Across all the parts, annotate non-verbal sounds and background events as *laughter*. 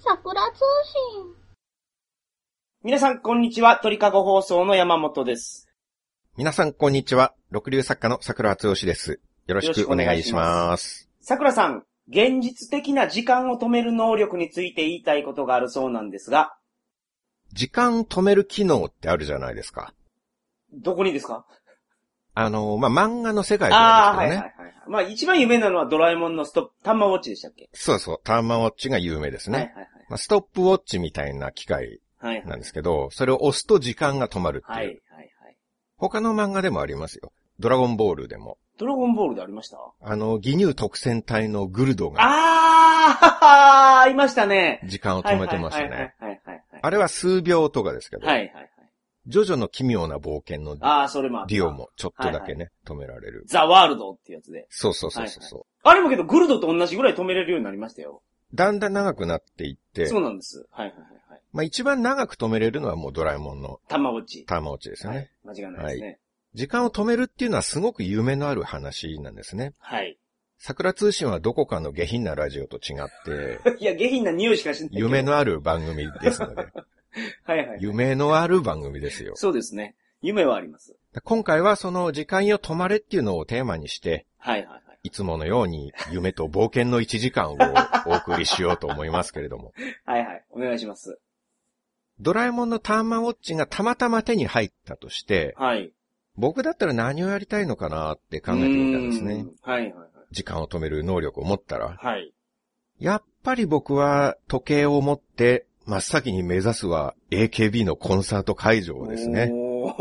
通信。皆さん、こんにちは。鳥かご放送の山本です。皆さん、こんにちは。六流作家の桜厚義です。よろしくお願いします。桜さん、現実的な時間を止める能力について言いたいことがあるそうなんですが、時間止める機能ってあるじゃないですか。どこにですかあの、まあ、漫画の世界あなあんー、ですはけいどはね。いはい。まあ、一番有名なのはドラえもんのストップ、タンマウォッチでしたっけそうそう、ターマウォッチが有名ですね。はいはまあ、ストップウォッチみたいな機械いはい。はいなんですけど、それを押すと時間が止まるっていう。はいはいはい。他の漫画でもありますよ。ドラゴンボールでも。ドラゴンボールでありましたあの、義乳特戦隊のグルドがああ、いましたね。時間を止めてましたはいね。はいはいはい。あれは数秒とかですけど、はいはいはい。ジョジョの奇妙な冒険のああ、それもあったディオ。もちょっとだけはね、止められる。ザ・ワールドってやつで。そうそうそうそう。そうあれもけど、グルドと同じぐらい止めれるようになりましたよ。だんだん長くなっていって、そうなんです。はいはいはいはい。まあ一番長く止めれるのはもうドラえもんのタンマウォッチ。ターマウォッチですよね、はい。間違いないですね。時間を止めるっていうのはすごく夢のある話なんですね。はい。桜通信はどこかの下品なラジオと違 *laughs* って、いや、下品な匂いしかしないけど。夢。のある番組ですので、はいはい。夢のある番組ですよ。そうですね。夢はあります。今回はその時間よ止まれっていうのをテーマにして、はいはいはい。いつものように夢と冒険の1時間をお送りしようと思いますけれども。はいはい。お願いします。ドラえもんのターマウォッチがたまたま手に入ったとして、はい。僕だったら何をやりたいのかなって考えてみたんですねう。ーん。はいはいはい。時間を止める能力を持ったら。はい。やっぱり僕は時計を持って真っ先に目指すは AKB のコンサート会場ですね。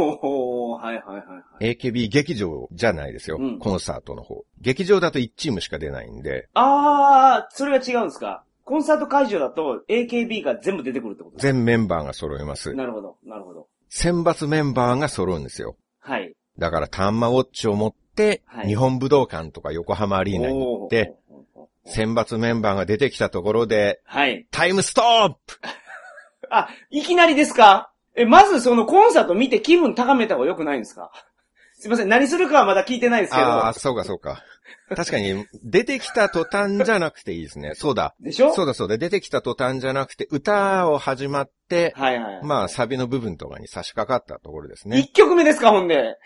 おー、はいはいはいはい。 AKB 劇場じゃないですよ、うんコンサートの方。劇場だと1チームしか出ないんで、あー、それは違うんですかコンサート会場だと AKB が全部出てくるってことです全メンバーが揃います。なるほど、なるほど。選抜メンバーが揃うんですよ。はい。だからタンマウォッチを持って、はい日本武道館とか横浜アリーナに行って、おー、おーおーおー選抜メンバーが出てきたところで、はい。タイムストップあ、いきなりですかえ、まずそのコンサート見て気分高めた方が良くないんですか *laughs* すいません、何するかはまだ聞いてないですけああどー、。そうかそうか。確かに、出てきた途端じゃなくていいですね。そうだ。でしょそうだそうだ。出てきた途端じゃなくて、歌を始まって、はいはい。まあ、サビの部分とかに差し掛かったところです一ね。曲目ですか、ほんで。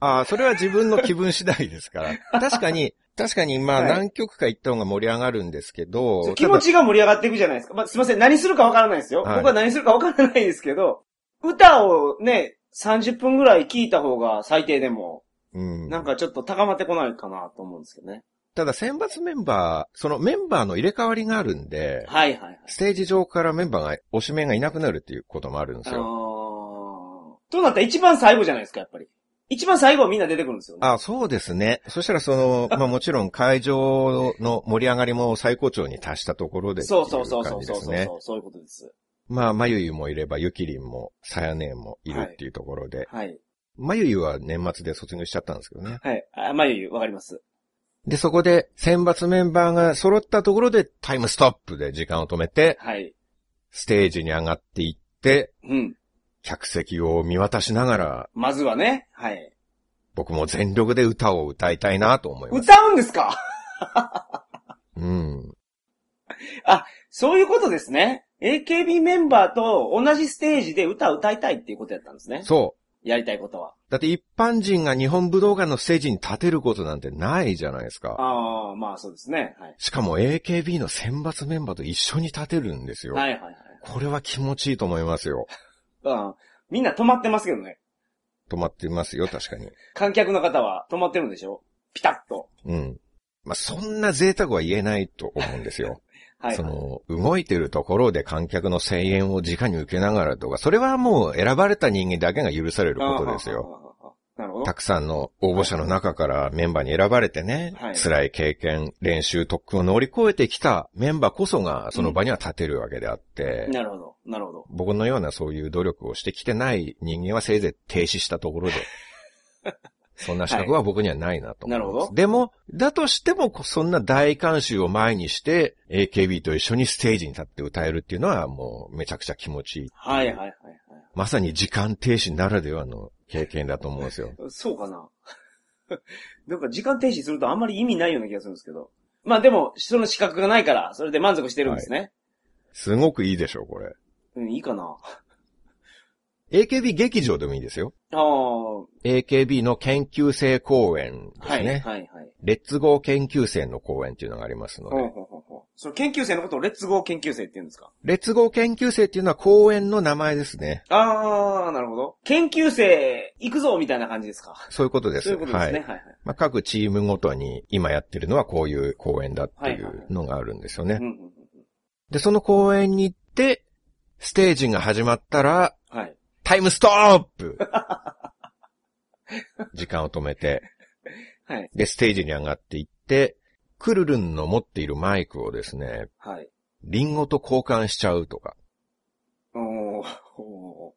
ああ、それは自分の気分次第で *laughs* すから。確かに、確かに、まあ、はい何曲か行った方が盛り上がるんですけど、気持ちが盛り上がっていくじゃないですか。まあ、すいません、何するかわからないですよ。はい僕は何するかわからないですけど、歌をね、30分ぐらい聞いた方が最低でも、ただうん。なんかちょっと高まってこないかなと思うんですけどね。ただ、選抜メンバー、そのメンバーの入れ替わりがあるんで、はいはいはい。ステージ上からメンバーが、推しメンがいなくなるっていうこともあるんであすよ。のーとなったら一番最後じゃないですか、やっぱり。一番最後はみんな出てくるんですよね。あ、そうですね。そしたら *laughs* その、まあもちろん会場の盛り上がりも最高潮に達したところでっていそうそうそううそ感うじそでうすそうね。そう、そういうことです。まあ、まゆゆもいれば、ゆきりんも、さやねえもいるっていうところで、はい。まゆゆは年末で卒業しちゃったんですけどね。はい。あ、まゆゆ、わかります。で、そこで選抜メンバーが揃ったところでタイムストップで時間を止めて、はい。ステージに上がっていって、うん。客席を見渡しながら、まずはね、はい。僕も全力で歌を歌いたいなと思います。歌うんですか *laughs* うん。そういうことですね。AKB メンバーと同じステージで歌を歌いたいっていうことやったんですね。そう。やりたいことは。だって一般人が日本武道館のステージに立てることなんてないじゃないですか。ああ、まあそうですね。はい。しかも AKB の選抜メンバーと一緒に立てるんですよ。はいはいはい。これは気持ちいいと思いますよ。うん。みんな止まってますけどね。止まってますよ、確かに。観客の方は止まってるんでしょピタッと。うん。まあ、そんな贅沢は言えないと思うんですよ。 *laughs* はい。その、動いてるところで観客の声援を直に受けながらとか、それはもう選ばれた人間だけが許されることですよ。よ。なるほどた。くさんの応募者の中からメンバーに選ばれてね、はい辛い経験、練習、特訓を乗り越えてきたメンバーこそがその場には立てるわけであって、なるほど。なるほど。僕のようなそういう努力をしてきてない人間はせいぜい停止したとこ *laughs* ろで、そんな資格は僕にはないなと思いますなるほどでも、だとしてもこそんな大観衆を前にして、AKB と一緒にステージに立って歌えるっていうのはもうめちゃくちゃ気持ちいい。はいはいはいはい。まさに時間停止ならではの経験だと思うんですよ。そうかな。 *laughs* なんか時間停止するとあんまり意味ないような気がするんですけど。まあでも、その資格がないから、それで満足してるんですね。すごくいいでしょ、これ。うん、いいかな。 AKB 劇場でもいいですよ。ああ、は AKB の研究生公演ですい、ね。はい、はい。レッツゴー研究生の公演っていうのがありますので、ほうほうほうほう。その研究生のことをレッツゴー研究生って言うんですかレッツゴー研究生っていうのは公演の名前ですね。あー、なるほど。研究生、行くぞみたいな感じですかそういうことでそす。ういうことですね。ははい、い。はい。まあ、各チームごとに今やってるのはこういう公演だっていはいはいはういのがあるんですよね。うんうんうんで、その公演に行って、ステージが始まったら、はい。タイムストッ *laughs* プ時間を止めて、はい。で、ステージに上がっていって、クルルンの持っているマイクをですね、はい。リンゴと交換しちゃうとか。おーお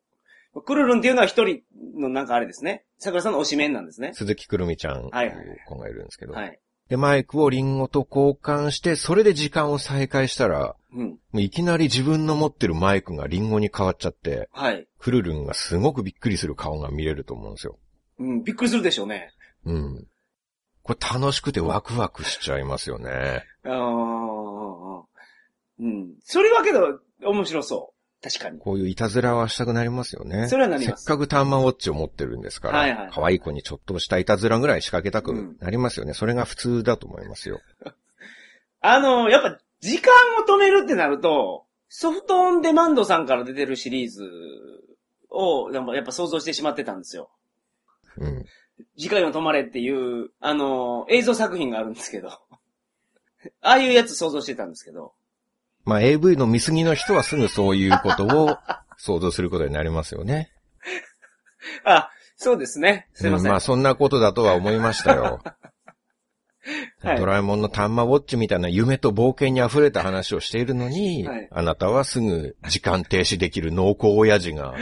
ークルルンっていうのは一人のなんかあれですね。桜さんの推しメンなんですね。鈴木くるみちゃんってはいいはいう子がいるんですけど。はい。で、マイクをリンゴと交換して、それで時間を再開したら、うん。もういきなり自分の持ってるマイクがリンゴに変わっちゃって、はい。クルルンがすごくびっくりする顔が見れると思うんですよ。うん、びっくりするでしょうね。うん。これ楽しくてワクワクしちゃいますよね。あー。うん。それはけど、面白そう。確かに。こういういたずらはしたくなりますよね。それはなりますせっかくタンマウォッチを持ってるんですから、はいはい可愛い子にちょっとしたいたずらぐらい仕掛けたくなりますよね。それが普通だと思いますよ。あの、やっぱ、時間を止めるってなると、ソフトオンデマンドさんから出てるシリーズを、やっぱやっぱ想像してしまってたんですよ。うん。時間を止まれっていう、あの、映像作品があるんですけど。あ *laughs* あいうやつ想像してたんですけど。まあ AV の見過ぎの人はすぐそういうことを想像することになりますよね。あ、そうですね。 *laughs* すいませ。うんまあそんなことだとは思いましたよ。 *laughs* はいドラえもんのタンマウォッチみたいな夢と冒険に溢れた話をしているのに、はいあなたはすぐ時間停止できる濃厚親 *laughs* 父が、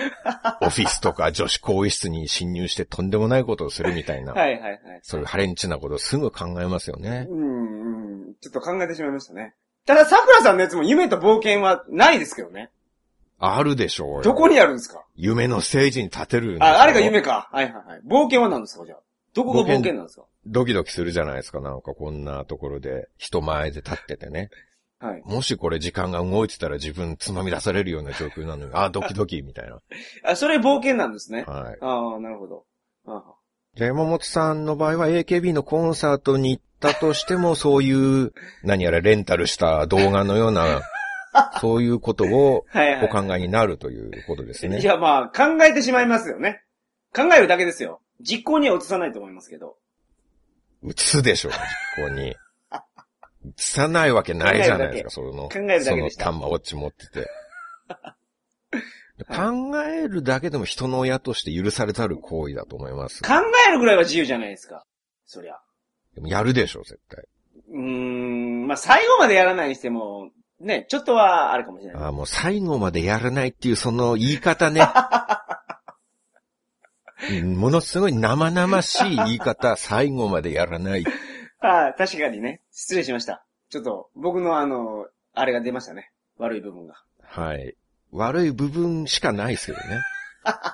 オフィスとか女子更衣室に侵入してとんでもないことをするみたいな、はいはいはい。そういうハレンチなことをすぐ考えますよね。うん、うん。ちょっと考えてしまいましたね。ただ、桜さんのやつも夢と冒険はないですけどね。あるでしょうよどこにあるんですか夢のステージに立てるんですよあ、あれが夢か。はいはいはい。冒険は何ですかじゃあ。どこが冒険なんですかドキドキするじゃないですか、なんかこんなところで、人前で立っててね。はい。もしこれ時間が動いてたら自分つまみ出されるような状況なのに、あ、ドキドキみたいな。あ、それ冒険なんですね。はい。ああ、なるほど。あじゃあ山本さんの場合は AKB のコンサートに行ったとしても、そういう、何やらレンタルした動画のような、そういうことをはいはい。お考えになるということですいね。や、まあ、考えてしまいますよね。考えるだけですよ。実行には移さないと思いますけど。映すでしょう、実行に。映さないわけないじゃないですか、そ考の。えるだそけのでしたタンマウォッチ持ってて。 *laughs* 考えるだけでも人の親として許されざる行為だと思います。考えるぐらいは自由じゃないですか。そりゃ。でもやるでしょ、絶対。 *laughs* うーん、まあ、最後までやらないにしても、ね、ちょっとはあるかもしれない。ああ、もう最後までやらないっていうその言い *laughs* 方ね。うんものすごい生々しい言い方、最後までやらない。ああ、確かにね。失礼しました。ちょっと、僕のあの、あれが出ましたね。悪い部分が。はい。悪い部分しかないですけど *laughs* ね。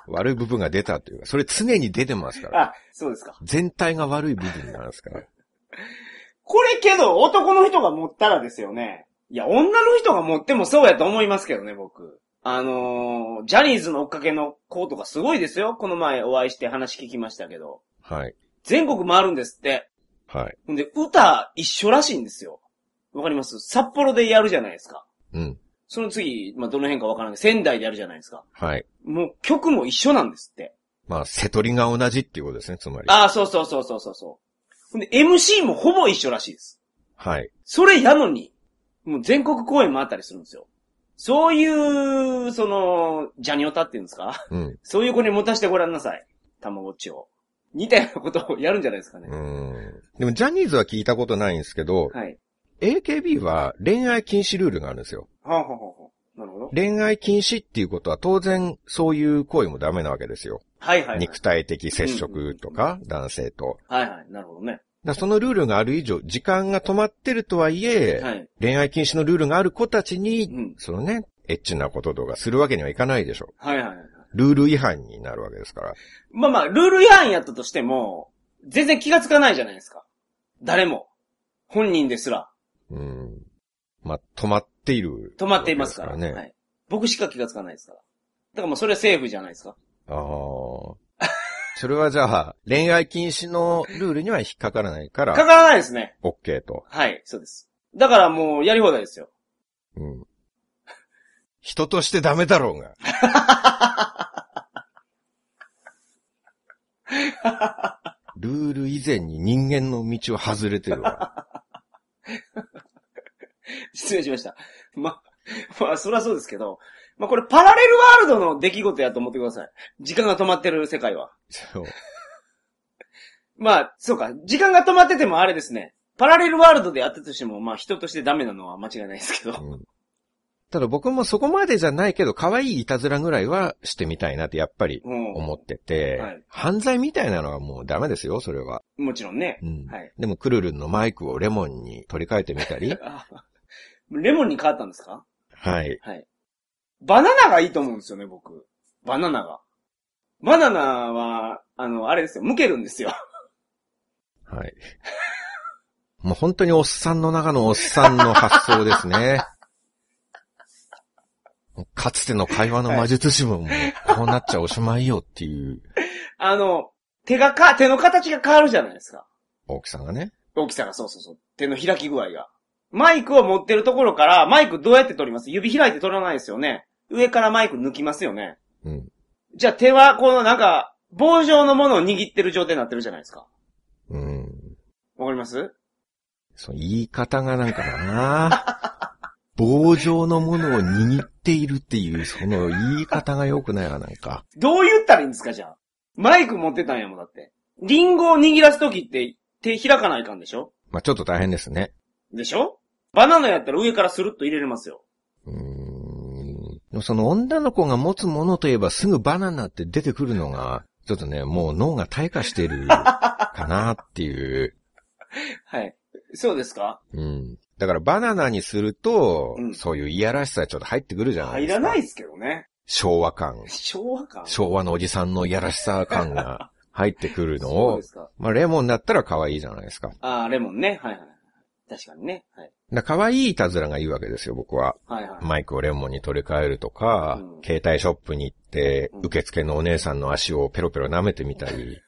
悪い部分が出たというか、それ常に出てますから。あ、そうですか。全体が悪い部分なんですから。これけど、男の人が持ったらですよね。いや、女の人が持ってもそうやと思いますけどね、僕。あのー、ジャニーズの追っかけの子とかすごいですよ。この前お会いして話聞きましたけど。はい。全国回るんですって。はい。ほんで、歌一緒らしいんですよ。わかります札幌でやるじゃないですか。うん。その次、まあ、どの辺かわからない。仙台でやるじゃないですか。はい。もう曲も一緒なんですって。まあ、瀬取りが同じっていうことですね、つまり。ああ、そうそうそうそうそうそう。ほんで、MC もほぼ一緒らしいです。はい。それやのに、もう全国公演もあったりするんですよ。そういう、その、ジャニオタっていうんですか *laughs* うん。そういう子に持たせてごらんなさい。たまごっちを。似たようなことをやるんじゃないですかね。うん。でも、ジャニーズは聞いたことないんですけど、はい。 AKB は恋愛禁止ルールがあるんですよ。はあ、はあはあ、なるほど。恋愛禁止っていうことは当然そういう行為もダメなわけですよ。はいはい、はい。肉体的接触とか、男性と。はいはい。なるほどね。だからそのルールがある以上、時間が止まってるとはいえ、はい。恋愛禁止のルールがある子たちに、うんそのね、エッチなこととかするわけにはいかないでしょ。はいはいはい。ルール違反になるわけですから。まあまあ、ルール違反やったとしても、全然気がつかないじゃないですか。誰も。本人ですら。うん。まあ、止まっっている。止まっていますから。ね。はい。僕しか気がつかないですから。だからもうそれはセーフじゃないですか。ああ。 *laughs* それはじゃあ、恋愛禁止のルールには引っかからないか、かかららないですね。 OK と。はい、そうです。だからもうやり放題ですよ。うん。人としてダメだろう *laughs* が。ルール以前に人間の道を外れてるわ。失礼しました。 *laughs* ま、まあ、そりゃそうですけど、まあこれパラレルワールドの出来事やと思ってください。時間が止まってる世界は。そうまあ、そうか。時間が止まっててもあれですね。パラレルワールドでやったとしても、まあ人としてダメなのは間違いないですけど。うんただ僕もそこまでじゃないけど、可愛いいたずらぐらいはしてみたいなってやっぱりも思ってて、はい犯罪みたいなのはもうダメですよ、それは。う、もちろんねう。んはい、でもクルルンのマイクをレモンに取り替えてみたりあレモンに変わったんですか *laughs* はい。はい。バナナがいいと思うんですよね、僕。バナナが。バナナは、あの、あれですよ、剥けるんですよ。 *laughs* はい。もう本当におっさんの中のおっさんの発想ですね。かつての会話の魔術師ももうこうなっちゃおしまいよっていうあの、手がか、手の形が変わるじゃないですか。大きさがね。大きさが、そうそうそう。手の開き具合が。マイクを持ってるところから、マイクどうやって取ります指開いて取らないですよね。上からマイク抜きますよね。うん。じゃあ手は、このなんか、棒状のものを握ってる状態になってるじゃないですか。うん。わかりますその言い方がなんかな棒状のものを握っているっていう、その言い方が良くないわ、なんか。どう言ったらいいんですか、じゃあ。マイク持ってたんやもん、だって。リンゴを握らすときって、手開かないかんでしょまあ、ちょっと大変ですね。でしょバナナやったら上からスルッと入れれますよ。うーん。でもその女の子が持つものといえばすぐバナナって出てくるのが、ちょっとね、もう脳が退化してるかなっ *laughs* ていう。はい。そうですかうん。だからバナナにすると、うんそういういやらしさちょっと入ってくるじゃない入ですらか。ないですけどね。昭和感。昭和感。昭和のおじさんのいやらしさ感が *laughs* 入ってくるのそうをで、すか。まあレモンだったら可愛いじゃないですか。あー、レモンね。はいはい。確かにね。はい。だから可愛いいたずらがいいわけですよ、僕は。はいはい。マイクをレモンに取り替えるとか、うん携帯ショップに行ってう、ん受付のお姉さんの足をペロペロ舐めてみたり、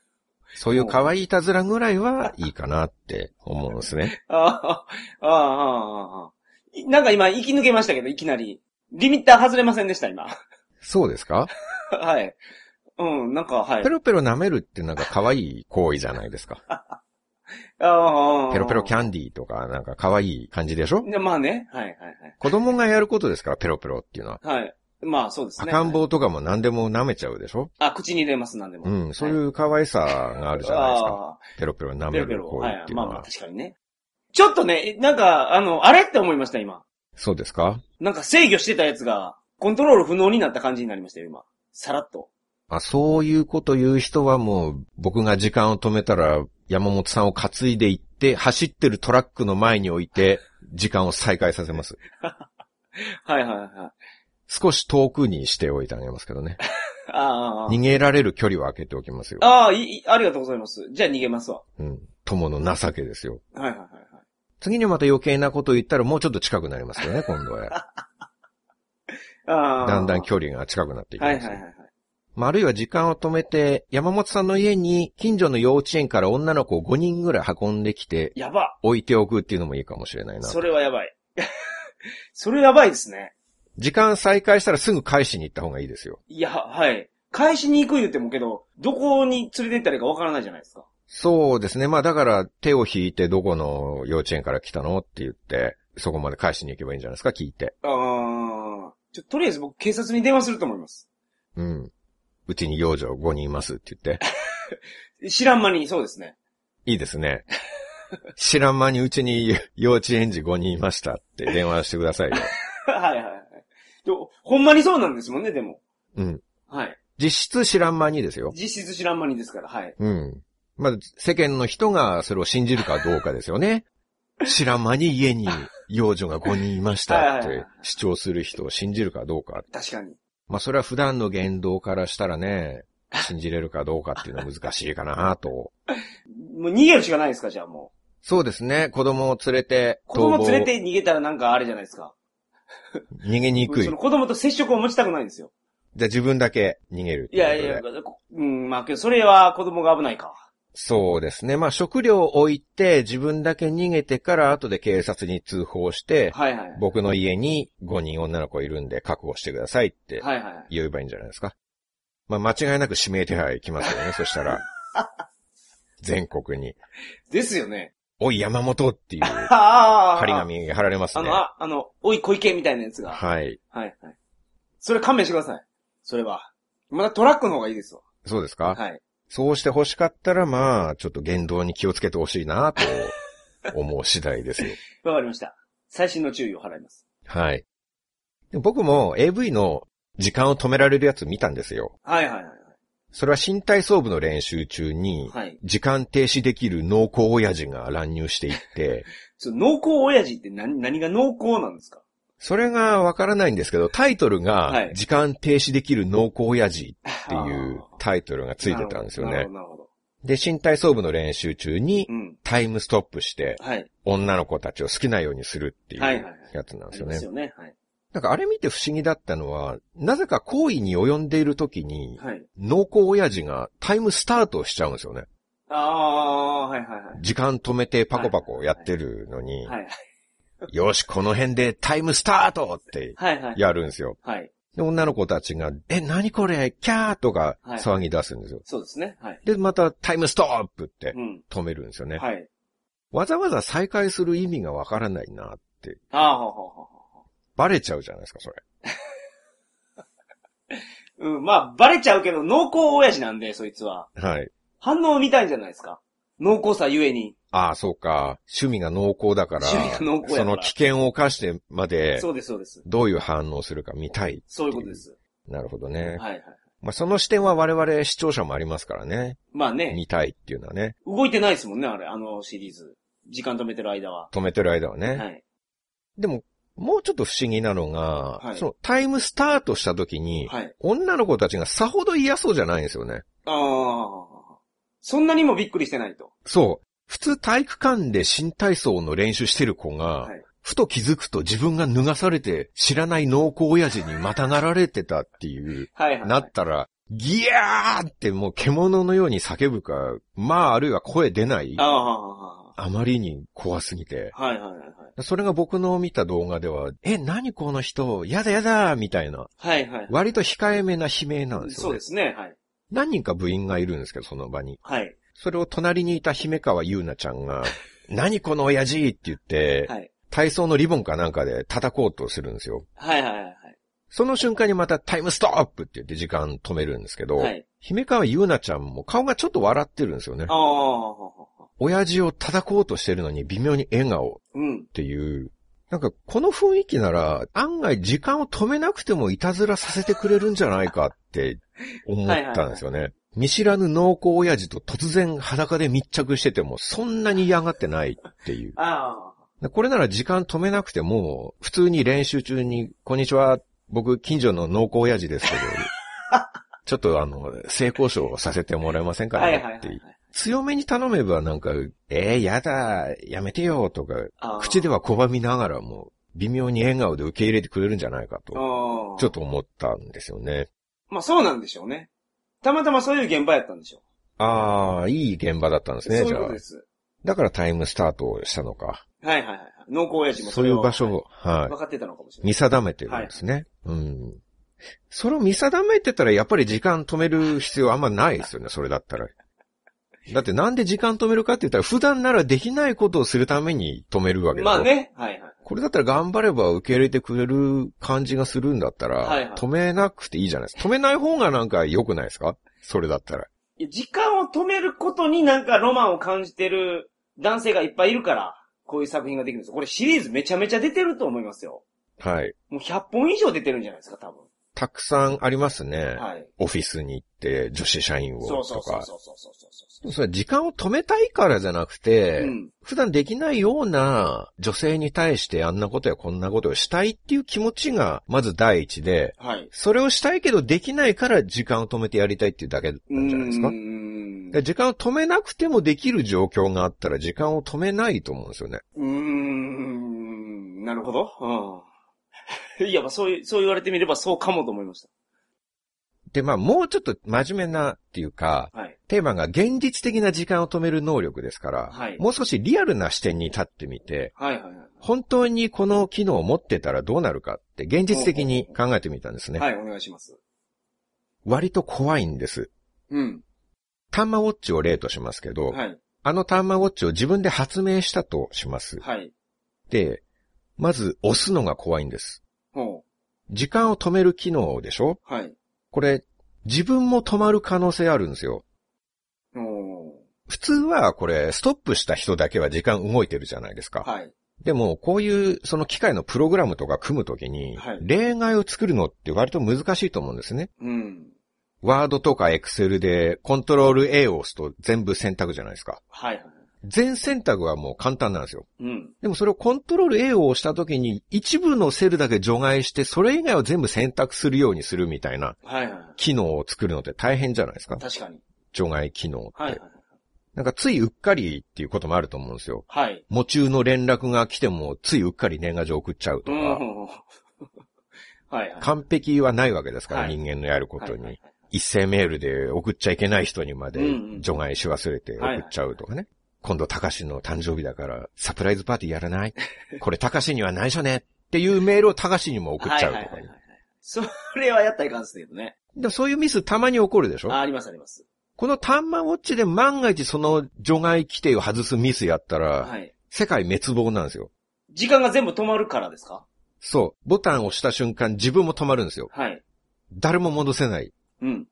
そういう可愛いいたずらぐらいはいいかなって思うんですね。あーあー、あーあー、あーいなんか今、息抜けましたけど、いきなり。リミッター外れませんでした、今。 *laughs* そうですかはい。うん、なんか、はいペ。ロペロ舐めるってなんか可愛い行為じゃないですか。あーペロペロキャンディーとかなんか可愛い感じでしょでまあね。はいはい子供がやることですから、ペロペロっていうのは。はい。はい。まあそうですね。赤んはい坊とかも何でも舐めちゃうでしょあ、口に入れます、なんでも。うあん、そういう可愛さがあるじゃないですか。あペロペロ舐ーめペロペるロ。行は為っいて。いうまあのまあは。確かにね。ちょっとね、なんか、あの、あれって思いました、今。そうですかなんか制御してたやつが、コントロール不能になった感じになりましたよ、今。さらっと。あ、そういうこと言う人はもう、僕が時間を止めたら、山本さんを担いで行って、走ってるトラックの前に置いて、時間を再開させます。はいはいはい。少し遠くにしておいてあげますけどね。あーあー逃げられる距離は空けておきますよ。あー。あーいい、ありがとうございます。じゃあ逃げますわ。うん。友の情けですよ。はいはいはいはい。次にまた余計なこと言ったらもうちょっと近くなりますけどね、今度は。ああ。だんだん距離が近くなっていきはますいよ。はいはいはい。まあ、あるいは時間を止めて、山本さんの家に近所の幼稚園から女の子を5人ぐらい運んできて、やば。置いておくっていうのもいいかもしれないな。それはやばい。 *laughs* それやばいですね。時間再開したらすぐ返しに行った方がいいですよ。いや、はい。返しに行く言うてもけど、どこに連れて行ったらいいかわからないじゃないですか。そうですね。まあだから手を引いてどこの幼稚園から来たのって言って、そこまで返しに行けばいいんじゃないですか聞いて。あー。ちょ、とりあえず僕警察に電話すると思います。うん。うちに幼女5人いますって言って。知らん間に、そうですね。いいです *laughs* ね。知らん間にうちに幼稚園児5人いましたって電話してくださいよ。はいはいはい。でもほんまにそうなんですもんね、でも。うん。はい。実質知らん間にですよ。実質知らん間にですから、はい。うん。まあ世間の人がそれを信じるかどうかです *laughs* よね。知らん間に家に幼女が5人いましたって主張する人を信じるかどうか確かに。まあそれは普段の言動からした *laughs* らね、信じれるかどうかっていうのは難しいかなと。もう逃げるしかないですか、じゃあもそうですね、子供を連れて、う。子供逃亡連れて逃げたらなんかあれじゃないですか。逃げにくい。そじゃの子供と接触を持ちたくないんですよ。あ自分だけ逃げるっていいうこやとで。いや、こうん、まあけど、それは子供が危ないか。そうですね。まあ、食料を置いて、自分だけ逃げてから、後で警察に通報して、はいはい。僕の家に5人女の子いるんで、覚悟してくださいってはいはい。言えばいいんじゃないですか。まあ、間違いなく指名手配来ま *laughs* すよね。そしたら、全国に、ですよね。おい山本っ *laughs* ていうああ。 *laughs* 張り。紙が貼られますあねの、。ああの、おい小池みたいなやつが。はい。はいはい。それ勘弁してください。それは。まだトラックの方がいいですわ。そうですか、はい。そうして欲しかったら、まあ、ちょっと言動に気をつけてほしいな、 *laughs* と思う次第ですよ。わかりました。最新の注意を払います。はい。でも僕も AV の時間を止められるやつ見たんですよ。はいはいはい。それは身体操部の練習中に、はい。時間停止できる濃厚親父が乱入して *laughs* いって、その濃厚親父って何、何が濃厚なんですかそれがわからないんですけど、タイトルはがい、時間停止できる濃厚親父っっていうタイトルがついてたんですよなるねほ。ど、なるほど。で、身体操部の練習中にう、ん。タイムストップして、はい。女の子たちを好きなようにするっていうはいはいはいやつなんあでりすよまねす。よね。はい。なんかあれ見て不思議だったのは、なぜか行為に及んでいる時に、はい。濃厚親父がタイムスタートしちゃうんですよね。ああ、はいはいはい。時間止めてパコパコやってるのに、はいよし、この辺でタイムスタートってはいはい。やるんですよ。はい。で、女の子たちが、え、何これキャーとかはい騒ぎ出すんですよ。そうですね。はい。で、またタイムストップってうん。止めるんですよね。はい。わざわざ再開する意味がわからないなって、ああ、ほうほうほうほバレちゃうじゃないですか、それ。う。うん、まあ、バレちゃうけど、濃厚親父なんで、そいつは。はい。反応を見たいんじゃないですか。濃厚さゆえに。ああ、そうか。趣味が濃厚だから、趣味が濃厚やからその危険を犯してまで、そうです、そうです。どういう反応するか見たい。そういうことです。なるほどね。はいはい。まあ、その視点は我々視聴者もありますからね。まあね、見たいっていうのはね。動いてないですもんね、あれ、あのシリーズ。時間止めてる間は。止めてる間はね。はい。でも、もうちょっと不思議なのが、はいそのタイムスタートした時に、はい。女の子たちがさほど嫌そうじゃないんですよね。ああ。そんなにもびっくりしてないと。そう。普通体育館で新体操の練習してる子が、はいふと気づくと自分が脱がされて知らない濃厚親父にまたがられてたっていう、はいはい。なったら、ギヤーってもう獣のように叫ぶか、まああるいは声出ない。あああ。まりに怖すぎて。はいはいはいはい。それが僕の見た動画では、え、何この人、やだやだみたいな、はいはいは割と控えめな悲鳴なんい。ですよ、ね。そうですね、はい。何人か部員がいるんですけど、その場に。はい。それを隣にいた姫川優奈ちゃ *laughs* んが、何この親父って言って、はい。体操のリボンかなんかで叩こうとするんですよ。はいはいはいはい。その瞬間にまたタイムストップって言って時間止めるんですけど、はい。姫川優奈ちゃんも顔がちょっと笑ってるんですよねあ。あ。親父を叩こうとしてるのに微妙に笑顔うんっ。ていう、なんかこの雰囲気なら案外時間を止めなくてもいたずらさせてくれるんじゃないかって思ったんですよね。見知らぬ濃厚親父と突然裸で密着しててもそんなに嫌がってないっていう。あでこれなら時間止めなくても普通に練習中に、こんにちは、僕近所の濃厚親 *laughs* 父ですけど、ちょっとあの、性交渉をさせてもらえませんあ。かはいねはいはいっはていうい。。強めに頼めばなんか、えー、やだ、やめてよ、とか、ああ口では拒みながらも、微妙に笑顔で受け入れてくれるんじゃないかと、ああ。ちょっと。思ったんですよね。まあそうなんでしょうね。たまたまそういう現場やったんでしょああ、いい現場だったんでう。すね、そういじうゃことあで。す。だからタイムスタートをしたのか。はいはいはいはい。濃厚親父もそうれいをう場所を、は分かってたのかもしい。れ見ない。定めてるんですね。うん。それを見定めてたら、やっぱり時間止める必要あんまないですよね、それだったら。だってなんで時間止めるかって言ったら、普段ならできないことをするために止めるわけですまよあね。はいはい。これだったら頑張れば受け入れてくれる感じがするんだったら、はいはい止めなくていいじゃないですか。止めない方がなんか良くないですかそれだったら。いや時間を止めることになんかロマンを感じてる男性がいっぱいいるから、こういう作品ができるんですよ。これシリーズめちゃめちゃ出てると思いますよ。はい。もう100本以上出てるんじゃないですか、多分。たくさんありますね。はい。オフィスに行って女子社員をとか。そうそうそうそうそうそうそうそれは時間を止めたいからじゃなくて、うん。普段できないような女性に対してあんなことやこんなことをしたいっていう気持ちがまず第一で、はい。それをしたいけどできないから時間を止めてやりたいっていうだけなんじゃないですかうー。ん。で時間を止めなくてもできる状況があったら時間を止めないと思うんですよね。うーん。なるほど。 *laughs* いや、まあそういう、そう言われてみればそうかもと思いましで、まあ、もうちょっと真面目なっていうか、た。はい。テーマが現実的な時間を止める能力ですから、はいもう少しリアルな視点に立ってみて、はいはいは本当にこの機能を持ってたらどうなるかって現実的に考えてみたんですい。ね。はい、お願いします。割と怖いんです。うん。タンマウォッチを例としますけど、はい。あのタンマウォッチを自分で発明したとします。はい。で、まず押すのが怖いんです。ほ時間を止める機能でしょう。はい。これ、自分も止まる可能性あるんですよ。お普通はこれ、ストップした人だけは時間動いてるじゃないですか。ー。はい。でも、こういう、その機械のプログラムとか組むときにはい、例外を作るのって割と難しいと思うんですね。うん。ワードとかエクセルで、コントロール A を押すと全部選択じゃないですか。はいはい。全選択はもう簡単なんですよ。うん。でもそれをコントロール A を押したときに、一部のセルだけ除外して、それ以外を全部選択するようにするみたいなはいはいは機能を作るのって大変じゃないですかい。。確かに。除外機能って。はいはいはい。なんかついうっかりっていうこともあると思うんですよ。はい。夢中の連絡が来ても、ついうっかり年賀状送っちゃうとうか。ん。 *laughs* はいはい。完璧はないわけですから、はい人間のやることに。はいはいはい一斉メールで送っちゃいけない人にまでうんうん除外し忘れて送っちゃうとかね。今度、高志の誕生日だから、サプライズパーティーやらないこれ、高志には内緒ねっていうメールを高志にも送っちゃうとはいはかいはいねはい。それはやったらいかんですけどね。でもそういうミスたまに起こるでしょあ、ありますあります。このタンマウォッチで万が一その除外規定を外すミスやったら、はい。世界滅亡なんですよ。時間が全部止まるからですかそう。ボタンを押した瞬間、自分も止まるんですよ。はい。誰も戻せない。うん。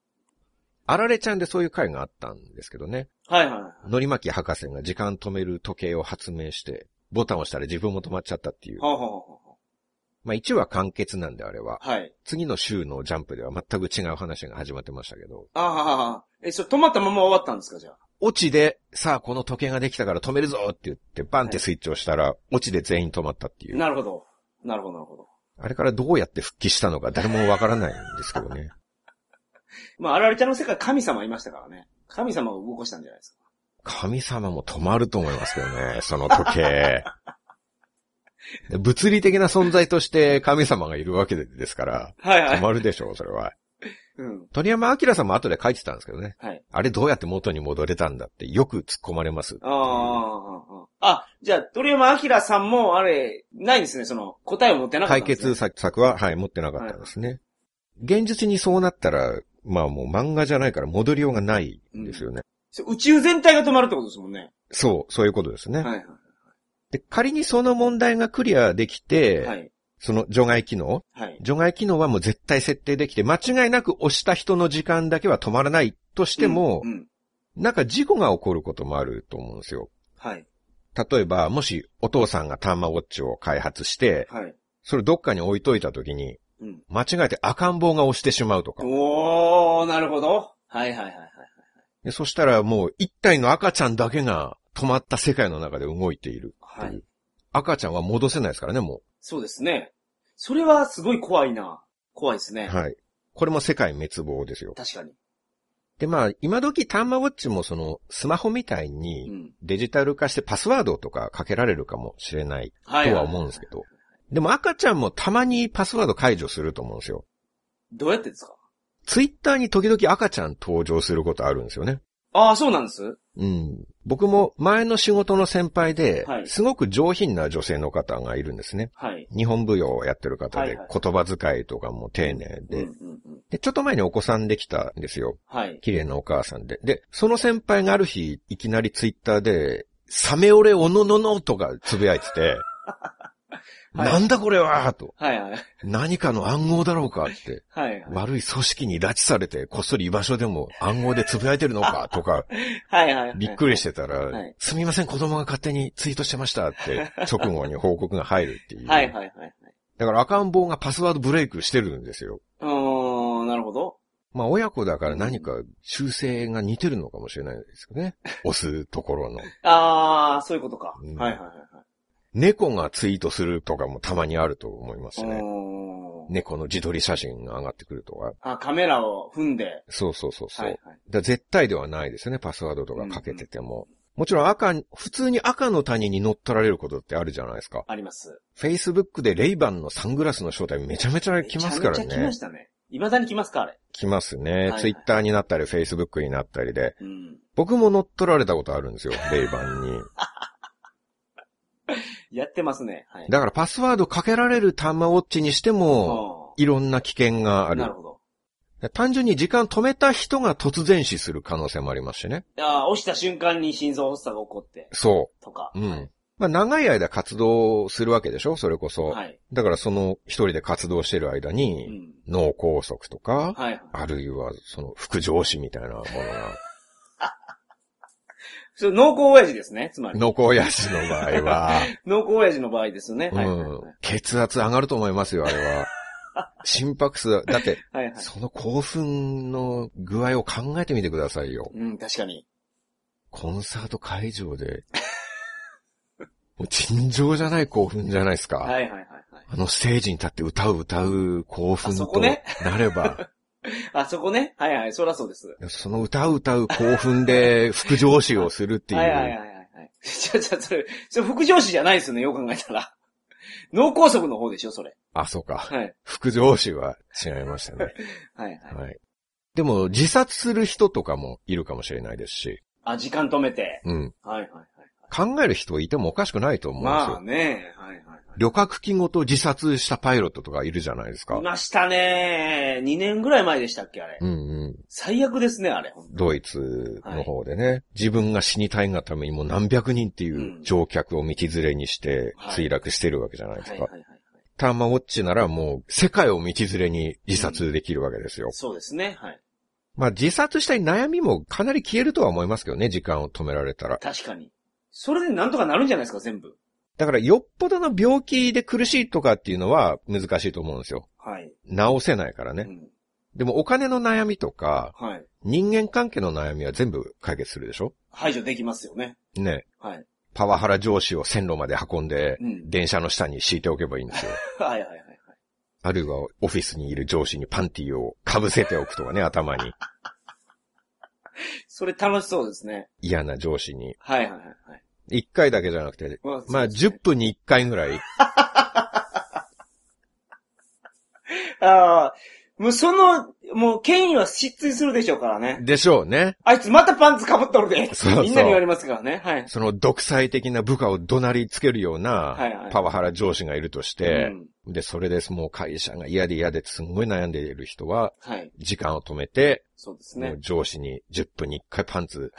あられちゃんでそういう回があったんですけどね。はいはいはい。のりまき博士が時間止める時計を発明して、ボタンを押したら自分も止まっちゃったっていう。はあ、はあはまあ1話完結なんであれは。あ、はい。次の週のジャンプでは全く違う話が始まってましたけど。ああ、はあはあ。え、それ止まったまま終わったんですかじゃあ。オチで、さあこの時計ができたから止めるぞって言って、バンってスイッチを押したら、オチで全員止まったっていう。なるほど。なるほど、なるほど。あれからどうやって復帰したのか誰もわからないんですけどね。まあ、あられちゃんの世界神様いましたからね。神様が動かしたんじゃないですか。神様も止まると思いますけどね、その時計。物理的な存在として神様がいるわけですから、はいは止い。まるでしょう、それは。うん。鳥山明さんも後で書いてたんですけどね。はい。あれどうやって元に戻れたんだってよく突っ込まれます。ああああ、ああ、じゃあ、鳥山明さんも、あれ、ないんですね、その、答えを持ってなかった解んです、ね。決策は、はい、持ってなかったんですね。現実にそうなったら、まあもう漫画じゃないから戻りようがないんですよね。そう宇宙全体が止まるってことですもんね。そう、そういうことですね。はいはで、仮にその問題がクリアできい。て、はい。その除外機能はい。除外機能はもう絶対設定できて、間違いなく押した人の時間だけは止まらないとしてもう、ん。うんなんか事故が起こることもあると思うんですよ。はい。例えば、もしお父さんがタンマウォッチを開発して、はい。それどっかに置いといた時に、うん。間違えて赤ん坊が押してしまうとか。おー、なるほど。はいはいはいはい。でそしたらもう一体の赤ちゃんだけが止まった世界の中で動いているっていはう。い赤ちゃんは戻せないですからね、もそうですね。それはすごい怖いな。怖いですう。ね。はい。これも世界滅亡ですよ。確かに。で、まあ、今時タンマウォッチもそのスマホみたいに、うん。デジタル化してパスワードとかかけられるかもしれないはとい、は思うんですけど。でも赤ちゃんもたまにパスワード解除すると思うんですよ。どうやってですかツイッターに時々赤ちゃん登場することあるんですよね。ああ、そうなんです。うん。僕も前の仕事の先輩では、いすごく上品な女性の方がいるんですね。はい。日本舞踊をやってる方はいではい言葉遣いとかも丁寧うんうで。んうん。で、ちょっと前にお子さんできたんですよ。はい。綺麗なお母さんで。で、その先輩がある日、いきなりツイッターで、サメオレオノノノとかつぶやいてて、 *laughs* はいなんだこれはと。はいはい。何かの暗号だろうかって。はいはい。悪い組織に拉致されて、こっそり居場所でも暗号でつぶやいてるのか *laughs* とか、はいはいはい。びっくりしてたはらい、すみません、子供が勝手にツイートしてました *laughs* って、直後に報告が入るっていう。はいはいはいはい。だから赤ん坊がパスワードブレイクしてるんですよ。うーん、なるほど。まあ親子だから何か修正が似てるのかもしれないですよ *laughs* ね。押すところの。ああ、そういうことか。うんはいはいはいはい。猫がツイートするとかもたまにあると思いますね。おー猫の自撮り写真が上がってくるとか。あ、カメラを踏んで。そうそうそうそう。はいはい。だから絶対ではないですよね、パスワードとかかけてても。もちろん赤、普通に赤の他人に乗っ取られることってあるじゃないですか。あります。 Facebook でレイバンのサングラスの正体めちゃめちゃ来ますかめらちゃめちゃ来まね。したね。未だに来ますか、あれ。来ますいねは。い Twitter になったり Facebook になったりで。うん。僕も乗っ取られたことあるん *laughs* ですよ、レイバンに。やってますね。はい。だからパスワードかけられるタンマウォッチにしてあも、いろんな危険がああなるる。ほど。単純に時間止めた人が突然死する可能性もありますしね。ああ、押した瞬間に心臓発作が起こって、そとか。う。うん。まあ長い間活動するわけでしょそれこそ。はい。だからその一人で活動してる間うに、ん。脳梗塞とか、はい。あるいはその副上司みたいなものが、 *laughs* それ、濃厚親父ですね。つまり。脳梗死の場合は、濃厚親父の場合ですよね。うはい。はいん、血圧上がると思いますよ、あれ *laughs* は。心拍数、だって、はいはい。その興奮の具合を考えてみてくださいよ。うん、確かに。コンサート会場で、もう尋常じゃない興奮じゃないですか。はいはいはいはい。あのステージに立って歌う歌う興奮あそとこねなれば、あそこね。はいはい。そらそうです。その歌う歌う興 *laughs* 奮で副上司をするってい、はいはいはいうはい *laughs* はい。じゃじゃそれ、それ副上司じゃないですよね。よく考えたら。 *laughs* 脳梗塞の方でしょ、それ。あ、そうか。はい。副上司は違い *laughs* ましたね。はいはい。はい。でも、自殺する人とかもいるかもしれないですし、あ、時間止めて。うん。はいはいはい。考える人いてもおかしくないと思うんですよ。まあね、はいはいはい。旅客機ごと自殺したパイロットとかいるじゃないですかい。ましたね。2年ぐらい前でしたっけ、あれ。うんうん。最悪ですね、あれ。ドイツの方でね、自分が死にたいがためにもう何百人っていう乗客を道連れにしてはい墜落してるわけじゃないはいですはいはか。いはい。ターマウォッチならもう世界を道連れに自殺できるわけですよ。そうですね、はい。まあ自殺したい悩みもかなり消えるとは思いますけどね、時間を止められたら。確かに。それでなんとかなるんじゃないですか、全部。だからよっぽどの病気で苦しいとかっていうのは難しいと思うんですよ。はい。治せないからうね。ん。でもお金の悩みとか、はい。人間関係の悩みは全部解決するでしょ排除できますよね。ね。はい。パワハラ上司を線路まで運んで、うん。 *laughs* 電車の下に敷いておけばいいんですよ。はいはいはいはい。あるいはオフィスにいる上司にパンティを被せておくとかね、頭に。それ楽しそうですね。嫌な上司に。はいはいはいはい。一回だけじゃなくて、まあまあ10分に一回ぐらい。ああ、もうその、もう権威は失墜するでしょうからね。でしょうね。あいつまたパンツ被っとるで。そうそうみんなに言われますからね。はい。その独裁的な部下を怒鳴りつけるようはいはないパワハラ上司がいるとしてう、ん、で、それです。もう会社が嫌で嫌ですんごい悩んでいる人は、はい。時間を止めて、そうですもねう。上司に10分に1回パ *laughs* ンツ。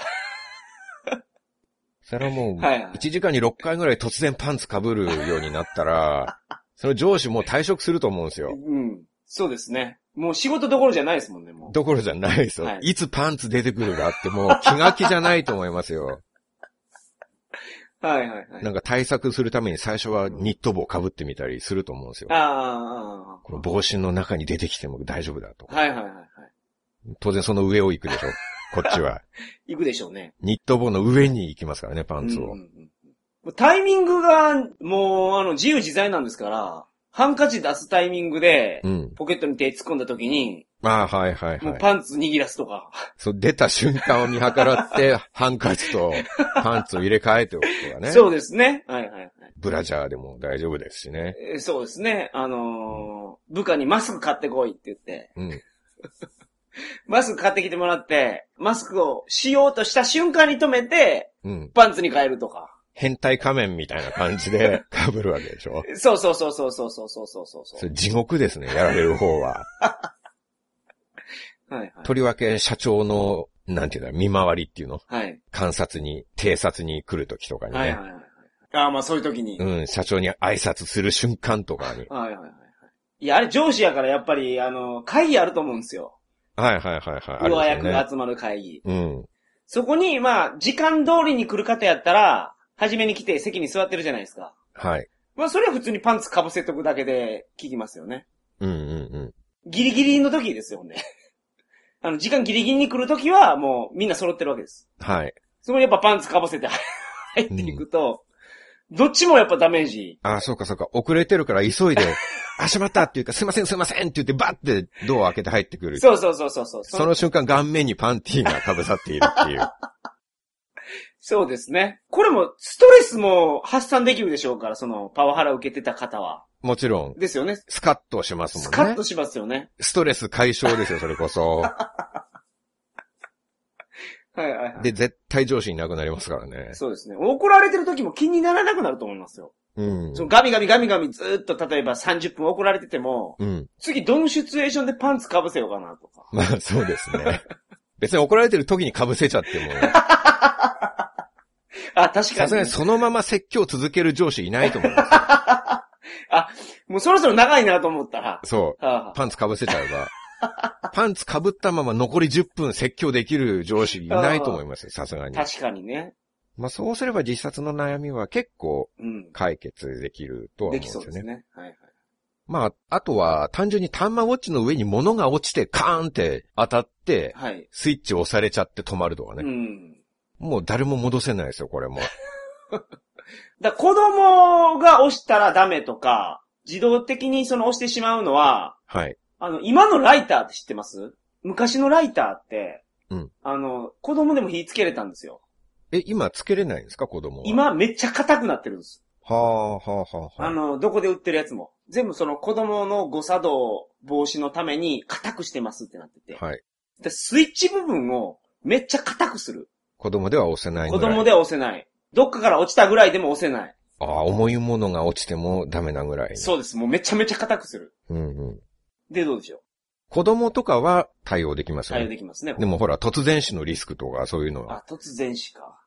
それはもう、はいはい。 1時間に6回ぐらい突然パンツ被るようになった *laughs* ら、その上司もう退職すると思うんですよ。うん。そうですね。もう仕事どころじゃないですもんね、もう。どころじゃないですよ。はいい、つパンツ出てくるかってもう気が気じゃないと思いますよ。はいはいはい。なんか対策するために最初はニット帽被ってみたりすると思うんですよあ。あこの帽子の中に出てきても大丈夫だとあ、。はいはいはいはい。当然その上を行くでしょ。こっ *laughs* ちは。行くでしょうね。ニット帽の上に行きますからね、パンツうんうをん。うんもうタイミングが、もう、あの、自由自在なんですから、ハンカチ出すタイミングでう、ん。ポケットに手突っ込んだ時に、まあ、はいはいもうはい。パンツ握らすとか。そう、出た瞬間を見計らって、ハンカチとパンツを入れ替えておくとかね。そうですね。はいはいはい。ブラジャーでも大丈夫ですしね。えーそうですね。あのー部下にマスク買ってこいって言って、うん。マスク買ってきてもらって、マスクをしようとした瞬間に止めて、うん。パンツに変えるとか。変態仮面みたいな感じ *laughs* で被るわけでしょ。そうそうそうそうそうそうそうそうそうそれ地獄ですね、やられる方は。はいはい。とりわけ社長の、なんていうんだ、見回りっていうのはい。観察に、偵察に来る時とかにね。はいはいはいはい。ああ、まあそういう時に。うん、社長に挨拶する瞬間とかはに。いはいはいはい。いや、あれ上司やからやっぱり、あの、会議あると思うんですよ。はいはいはいは上い。あります役よねが集まる会議。うん。そこに、まあ、時間通りに来る方やったら、初めに来て席に座ってるじゃないですか。はい。まあ、それは普通にパンツかぶせとくだけで聞きますよね。うんうんうん。ギリギリの時ですよね。 *laughs* あの、時間ギリギリに来る時は、もうみんな揃ってるわけです。はい。そこにやっぱパンツかぶせて *laughs* 入っていくと、どっちもやっぱダメージ。あ、そうかそうか。遅れてるから急 *laughs* いで、あ、しまったっていうか、すいませんすいませんって言って、バッてドア開けて入ってくる。そうそうそうそうそう。 *laughs* その瞬間、顔面にパンティーが被さっているっていう。そうですね。これも、ストレスも発散できるでしょうから、その、パワハラ受けてた方は。もちろん、ですよね。スカッとしますもんね。スカッとしますよね。ストレス解消ですよ、それこ *laughs* そ。はいはいはい。で、絶対上司いなくなりますからね。そうですね。怒られてる時も気にならなくなると思いますよ。うんそ。のガミガミガミガミずーっと例えば30分怒られてても、うん。次どのシチュエーションでパンツかぶせようかなとか。まあ、そうですね。別に怒られてる時に被せちゃっても、あ、確かさにすが。にそのまま説教続ける上司いないと思うんですもうそろそろ長いなと思ったら。よ。そう。はパンツ被せちゃえば。パンツ被ったまま残り10分説教できる上司いないと思いますよ、さすがあ、に。確かにね。まあそうすれば自殺の悩みは結構うん。解決できるとはで思うんできすそようでね。すね。はいはい。まあ、あとは単純にタンマウォッチの上に物が落ちてカーンって当たって、はい。スイッチ押されちゃって止まるとかうね。ん。もう誰も戻せないですよ、こ *laughs* れも。だから子供が押したらダメとか、自動的にその押してしまうのは、はい。あの、今のライターって知ってます昔のライターって、うんあの、子供でも火つけれたんですよ。え、今つけれないんですか、子供は。今めっちゃ硬くなってるんです。はあ、はあ、はあ、あはあ。の、どこで売ってるやつも。全部その子供の誤作動防止のために硬くしてますってなってて。はい。でスイッチ部分をめっちゃ硬くする。子供では押せないぐ子らい供では押せない。どっかから落ちたぐらいでも押せない。ああ、重いものが落ちてもダメなぐらいね。そうです。もうめちゃめちゃ硬くする。うんうん。で、どうでしょう子供とかは対応できますよ対応でね。きますね。でもほら、突然死のリスクとかそういうのは。あ、突然死か。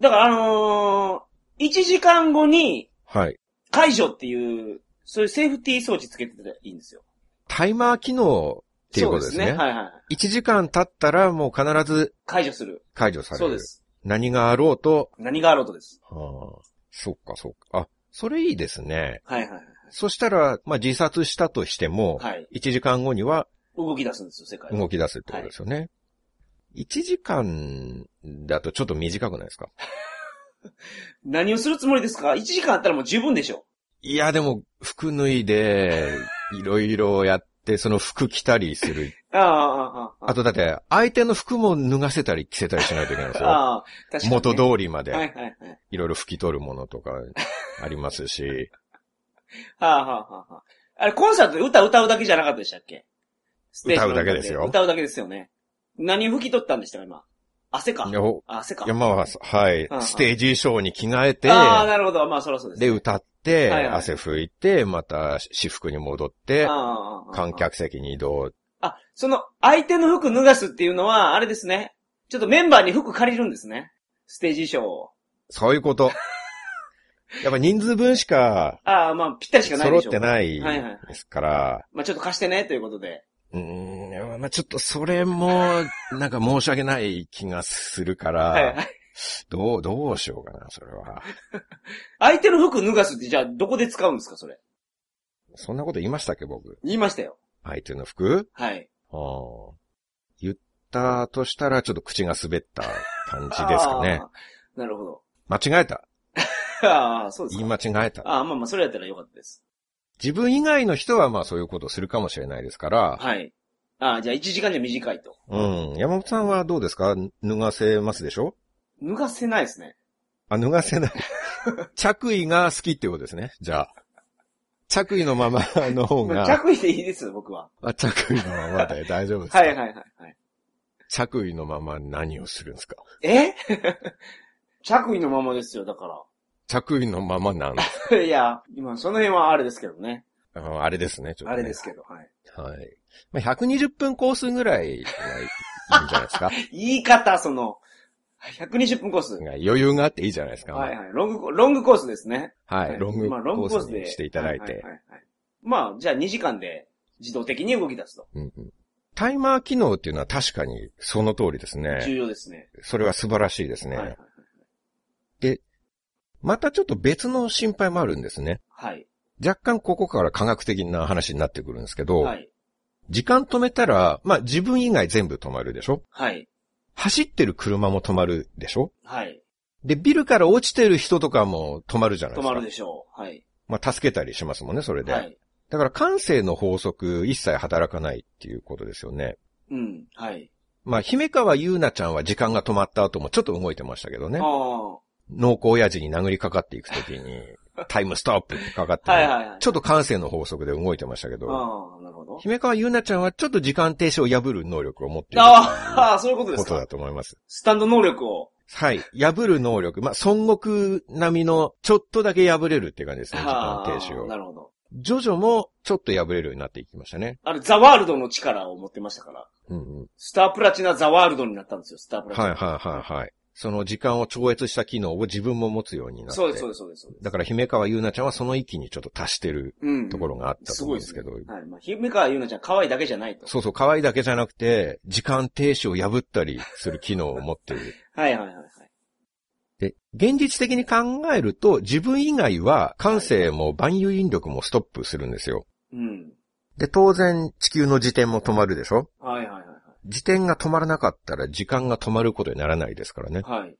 だからあのー、1時間後にはい。解除っていう、そういうセーフティー装置つけてたらいいんですよ。タイマー機能っていうことですそね。はいはい。 1時間経ったらもう必ず解除する。解除される。そうです。何があろうと、何があろうとです。ああ、そっかそっか。あ、それいいですね。はいはいはい。そしたら、まあ、自殺したとしても、はい。 1時間後には動き出すんですよ、世界は。動き出すってことですよね。1時間だとちょっと短くないですか何をするつもりですか ?1 時間あったらもう十分でしょ。いや、でも、服脱 *laughs* いで、いろいろやって、その服着たりする。ああ、ああ、ああとだって、相手の服も脱がせたり着せたりしないといけないんですあ。よ。ああ、確かに、ね。元通りまはで、いはいはい。いろいろ拭き取るものとか、ありますし。はあ、はあはあはあ、あれ、コンサートで歌歌うだけじゃなかったでしたっけステージの歌うだけですよ歌うだけですよね。何拭き取ったんでしたか、今。汗かい。やほ *laughs* あ汗か。山は、はいうんう、んステージ衣装に着替えて、ああ、なるほど。まあ、そらそうです。で、歌っはいて、はい汗拭いて、また私服に戻ってあ、あ、ああ観。客席に移動。あ、その、相手の服脱がすっていうのは、あれですね。ちょっとメンバーに服借りるんですね。ステージ衣装を。そういうこと。 *laughs* やっぱ人数分しかああ、まあ、ぴったりしかない揃でっしょう。てないはいはいですから、まあ、ちょっと貸してね、ということで。うーん、まあちょっとそれ *laughs* も、なんか申し訳ない気がするかはいはらい、。どう、どうしようかな、それは。相手の服脱がすってじゃあどこで使うんですか、それ。そんなこと言いましたっけ、僕。言いましたよ。相手の服はい。あー言ったとしたら、ちょっと口が滑った感じですか *laughs* ね。あー。なるほど。 *laughs* 間違えた。ああ、そうです言いか。間違えた。ああ、まあまあ、それやったらよかったです。自分以外の人はまあそういうことをするかもしれないですから、はい。ああ、じゃあ1時間じゃ短いと。うん。山本さんはどうですか脱がせますでしょ脱がせないですね。あ、脱が *laughs* せない。着衣が好きってことですね。じゃあ。着衣のままの方まがあ。着衣でいいです、僕は。あ、着衣のままで大丈夫ですかはいはいはいはい。着衣のまま何をするんですかえ *laughs* 着衣のままですよ、だか着衣のままなんら。 *laughs* いや、今、その辺はあれですけどね。ああれですね、ちょっと、ね。あれですけど、はい。はい。まあ、120分コースぐらいがいいんじゃないですか言い方、その、120分コース。余裕があっていいじゃないですか。はいはい。ロングコ、ロングコースですね。はいはいロングコまあロングコーーススでにしていただいはては。ははいまあ、じゃあ2時間で自動的に動き出すと。うんうんタイマー機能っていうのは確かにその通りですね。重要ですね。それは素晴らしいですね。はいはいまたちょっと別の心配もあるんですね。はい。若干ここから科学的な話になってくるんですけど、はい。時間止めたら、まあ自分以外全部止まるでしょはい。走ってる車も止まるでしょはい。で、ビルから落ちてる人とかも止まるじゃない止ですか。まるでしょう。はい。まあ、助けたりしますもんね、それで。はい。だから、感性の法則一切働かないっていうことですよね。うん。はい。まあ、姫川優奈ちゃんは時間が止まった後もちょっと動いてましたけどね。あ濃厚親父に殴りかかっていくとき *laughs* に、タイムストップってかかって、あ。はいはいはい。ちょっと感性の法則で動いてましたけど、ああ、なるほど。姫川優奈ちゃんはちょっと時間停止を破る能力を持っているああ、そういうことでこすとかだ。と思います。スタンド能力を。はい。破る能力。まあ、孫悟空並みの、ちょっとだけ破れるっていう感じですね、時間あ停あ止をな。るほど。ジョジョも、ちょっと破れるようになっていきましたね。あれ、ザワールドの力を持ってましたから。うんうん。スタープラチナザワールドになったんですよ、スタープラチナ。はいはいはいはい。その時間を超越した機能を自分も持つようになって。そうです、そうです、そうです。そうですだから、姫川優奈ちゃんはその域にちょっと達してるうん。ところがあったすと思ごうんいでですすけけどど。。はい。まあ、姫川優奈ちゃん可愛いだけじゃないと。そうそう、可愛いだけじゃなくて、時間停止を破ったりする機能を持っている。 *laughs* はいはいはいはい。で、現実的に考えると、自分以外は感性も万有引力もストップするんですよ。うん。で、当然、地球の時点も止まるでしょはいはいはい時点が止まらなかったら時間が止まることにならないですからね。はい。はい。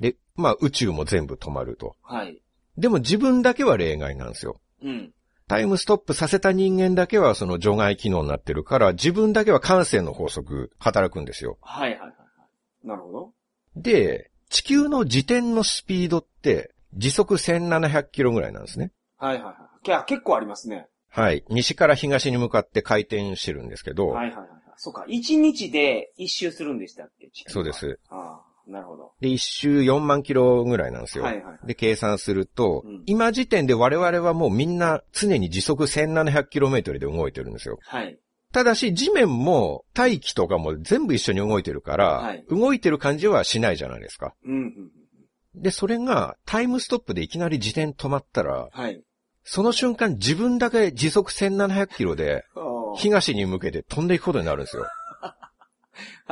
で、まあ宇宙も全部止まると。はい。でも自分だけは例外なんですよ。うん。タイムストップさせた人間だけはその除外機能になってるから、自分だけは感性の法則働くんですよ。はいはいはいはい。なるほど。で、地球の自転のスピードって時速1700キロぐらいなんですね。はいはいはい。いや、結構ありますね。はい。西から東に向かって回転してるんですけど、はいはいはい。そうか。一日で一周するんでしたっけそうで。す。ああ、なるほど。で、一周4万キロぐらいなんですよ。はいはいはい。で、計算すると、うん今時点で我々はもうみんな常に時速 1700km で動いてるんですよ。はい。ただし、地面も大気とかも全部一緒に動いてるから、はい動いてる感じはしないじゃないですか。うんうんうん。で、それがタイムストップでいきなり時点止まったら、はい。その瞬間自分だけ時速 1700km でああ東に向けて飛んでいくことになるんですよ。は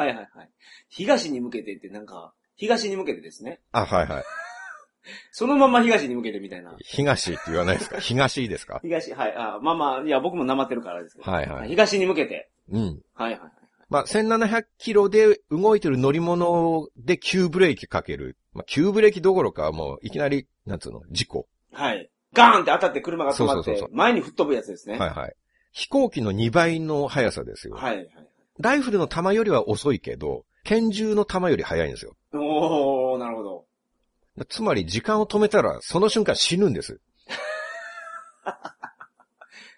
いはいはい。東に向けてってなんか、東に向けてですね。あ、はいはい。そのまま東に向けてみたいな。東って言わないですか東ですか東、はい。あまあまあ、いや、僕もなまってるからですけど。はいはい。東に向けて。うん。はいはいはい。まあ、1700キロで動いてる乗り物で急ブレーキかける。まあ、急ブレーキどころかもういきなり、なんつうの、事故。はい。ガーンって当たって車が止まっそうそうそてう、前に吹っ飛ぶやつですね。はいはい。飛行機の2倍の速さですよ。はいはい。ライフルの弾よりは遅いけど、拳銃の弾より速いんですよ。おー、なるほど。つまり時間を止めたら、その瞬間死ぬんです。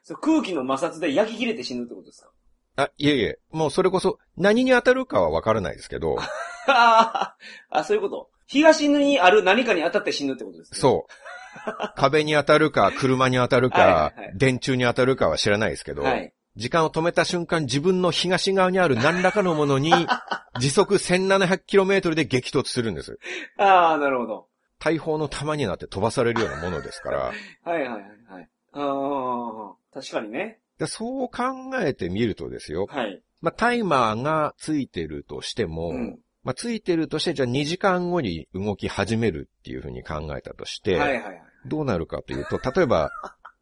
そう空気の摩擦で焼き切れて死ぬってことですか *laughs* あ、いえいえ、もうそれこそ、何に当たるかはわからないですけ *laughs* ど、あーあ、そういうこと。東にある何かに当たって死ぬってことですね。う。そう。壁に当たるか、車に当たるはかいはいは、い電柱に当たるかは知らないですけど、はい。時間を止めた瞬間、自分の東側にある何らかのも *laughs* のに、時速 1700km で激突するんです。ああ、なるほど。大砲の弾になって飛ばされるようなものですから、はいはいはいはい。ああ、確かにね。でそう考えてみるとですよ、はい。まあ、タイマーがついてるとしても、うん。まあ、ついてるとして、じゃあ2時間後に動き始めるっていうふうに考えたとして、はいはいはい。どうなるかというと、例えば、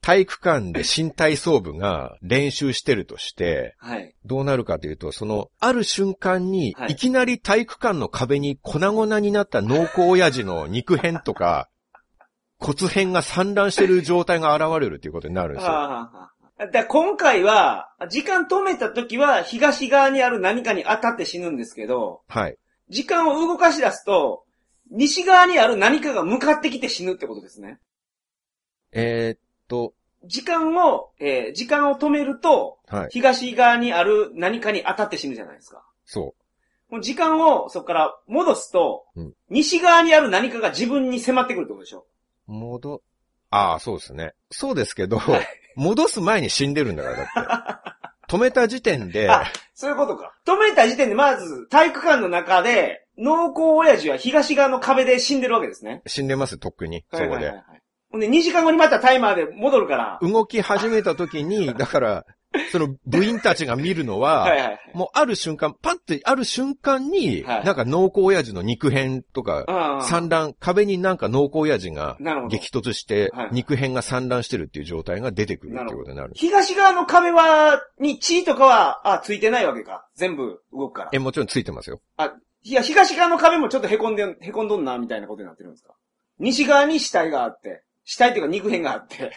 体育館で身体操部が練習してるとして、はい。どうなるかというと、その、ある瞬間には、いいきなり体育館の壁に粉々になった濃厚親父の肉片とか、 *laughs* 骨片が散乱してる状態が現れるということになるんあでーすよ。あー。あーだから今回は、時間止めた時は東側にある何かに当たって死ぬんですけど、はい。時間を動かし出すと、西側にある何かが向かってきて死ぬってことですね。えーっと、時間を、えー時間を止めると、はい。東側にある何かに当たって死ぬじゃないですか。そもう時間をそこから戻すと、うん西側にある何かが自分に迫ってくるってことでしょう。戻、ああ、そうですね。そうですけど、戻す前に死んでるんだから、だ *laughs* って。止めた時点で、あそういうことか。止めた時点でまず体育館の中で、濃厚親父は東側の壁で死んでるわけですね。死んでます、とっくに。そはいこはいでは。いはい。ほんで2時間後にまたタイマーで戻るから。動き始めた時に、だから、その部員たちが見るのは、はいはいはい。もうある瞬間、パッてある瞬間に、はいなんか濃厚親父の肉片とか、ああ散乱、壁になんか濃厚親父がなるほど。激突してはい、肉片が散乱してるっていう状態が出てくるっていうことになる。東側の壁は、に地位とかは、あ、ついてないわけか。全部動くから。え、もちろんついてますよ。いや、東側の壁もちょっと凹んでん、凹んどんな、みたいなことになってるんですか。西側に死体があって、死体っていうか肉片があって。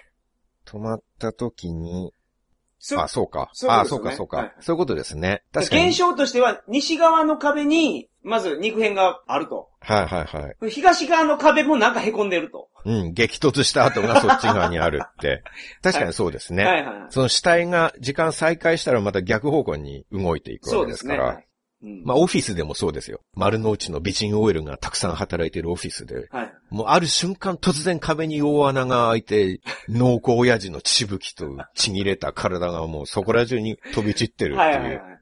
止まった時に、そあ、そうか。そういうことあ、ですそようねか、そうはいか。そういうことですね。確かに現。象としては、西側の壁に、まず肉片があると。はいはいはい。東側の壁もなんか凹んでると。うん、激突した後がそっち側にある *laughs* って。確かにそうですね。はいはいはい。その死体が時間再開したらまた逆方向に動いていくそわうけでですすかね。ら。はいうんまあオフィスでもそうですよ。丸の内の美人 OL がたくさん働いてるオフィスで。はい。もうある瞬間突然壁に大穴が開いて、濃厚親父の血吹きとちぎれた体がもうそこら中に飛び散ってるってはいはいいはう。い。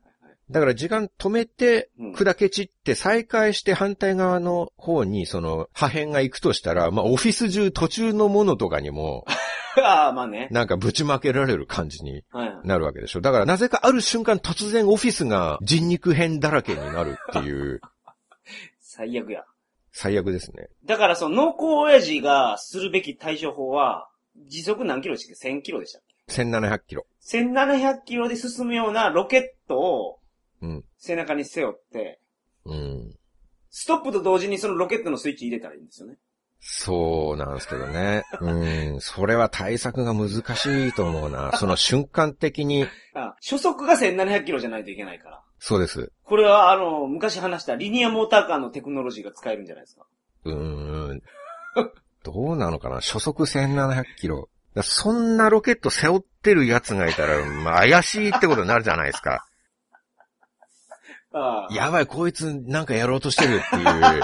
だから時間止めて、うん砕け散って再開して反対側の方にその破片が行くとしたら、まあオフィス中途中のものとかにも、ああ、まあね。なんかぶちまけられる感じにはいはい。なるわけでしょ。だからなぜかある瞬間突然オフィスが人肉片だらけになるっていう、最悪や。最悪ですね。だからその濃厚親父がするべき対処法は、時速何キロでしたっけ ?1000 キロでしたっ1700キロ。け ?1700 キロで進むようなロケットをうん。背中に背負って、うん。ストップと同時にそのロケットのスイッチ入れたらいいんですよね。そうなんですけどね。うん。それは対策が難しいと思うな。その瞬間的に、あ初速が1700キロじゃないといけないから。そうです。これはあの、昔話したリニアモーターカーのテクノロジーが使えるんじゃないですか。うーん。 *laughs* どうなのかな初速1700キロ。だそんなロケット背負ってるやつがいたら、まあ、怪しいってことになるじゃないです *laughs* か。ああ。やばい、こいつなんかやろうとしてるっていう。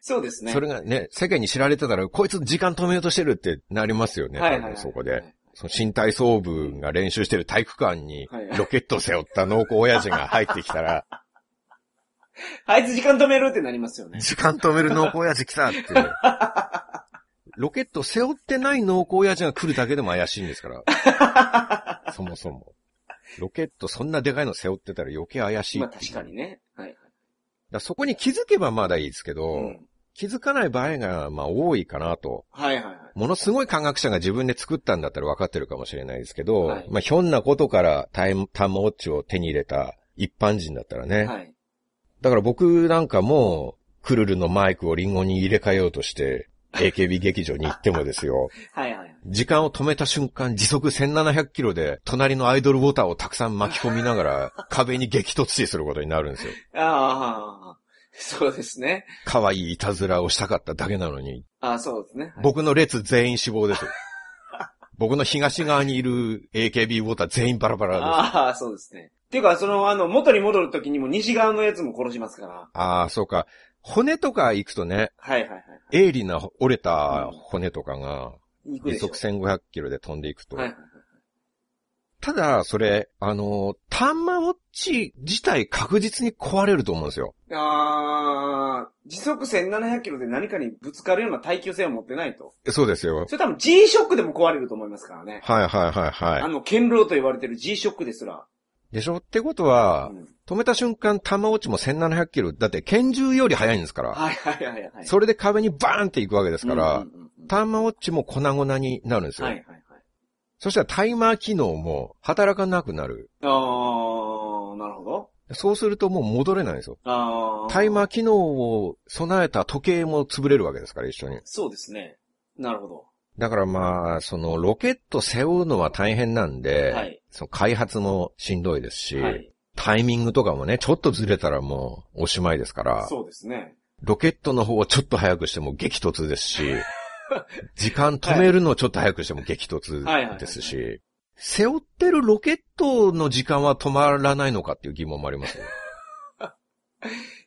そうです *laughs* ね。それがね、世間に知られてたら、こいつ時間止めようとしてるってなりますよね。はいはい多はい分そこで。。その身体操部が練習してる体育館にはいは、いロケットを背負った濃厚親父が入ってきたら、あいつ時間止めるってなりますよね。時間止める濃厚親父来たって。ロケットを背負ってない濃厚親父が来るだけでも怪しいんで *laughs* すから。そもそも。ロケットそんなでかいの背負ってたら余計怪しいまあっていう。確かにね。はいだからそこに気づけばまだいいですけど、はい。うん。気づかない場合が、まあ多いかなと。はいはいはい。ものすごい科学者が自分で作ったんだったら分かってるかもしれないですけど、はいまあ、ひょんなことからタイム、タイムウォッチを手に入れた一般人だったらね。はい。だから僕なんかも、クルルのマイクをリンゴに入れ替えようとして、AKB *laughs* 劇場に行ってもですよ、はいはい。時間を止めた瞬間、時速1700キロで、隣のアイドルウォーターをたくさん巻き込みな *laughs* がら、壁に激突死することになるんですよ。ああ、そうですね。可愛いいたずらをしたかっただけなのに、ああ、そうですね。はい僕の列全員死亡です。僕の東側にいる AKB ウォーター全員バラバラです。ああ、そうですね。っていうか、その、あの、元に戻るときにも西側のやつも殺しますから。ああ、そうか。骨とか行くとね、はいはいはい。鋭利な折れた骨とかが、行く時でしょ。速1500キロで飛んでいくと。はいはいはい。ただ、それ、あの、タンマウォッチ自体確実に壊れると思うんですよ。ああ、時速1700キロで何かにぶつかるような耐久性を持ってないと。そうですよ。それ多分 G ショックでも壊れると思いますからね。はいはいはいはあの、堅牢と言われてる G ショックですら。い。でしょってことうは、ん、止めた瞬間、タンマウォッチも1700キロ、だって拳銃より速いんですから、はいはいはいはい。それで壁にバーンっていくわけですかうら、んうんうんうんターマウォッチも粉々になるんですよ。はいはいはい。そしたらタイマー機能も働かなくなる。ああ、なるほど。そうするともう戻れないんですよ。ああ。タイマー機能を備えた時計も潰れるわけですから、一緒に。そうですね。なるほど。だからまあ、そのロケット背負うのは大変なんで、はいその開発もしんどいですし、はい。タイミングとかもね、ちょっとずれたらもうおしまいですから、そうですね。ロケットの方をちょっと早くしても激突ですし、 *laughs* 時間止めるのをちょっと早くしても激突ですし、背負ってるロケットの時間は止まらないのかっていう疑問もありま *laughs* すよ。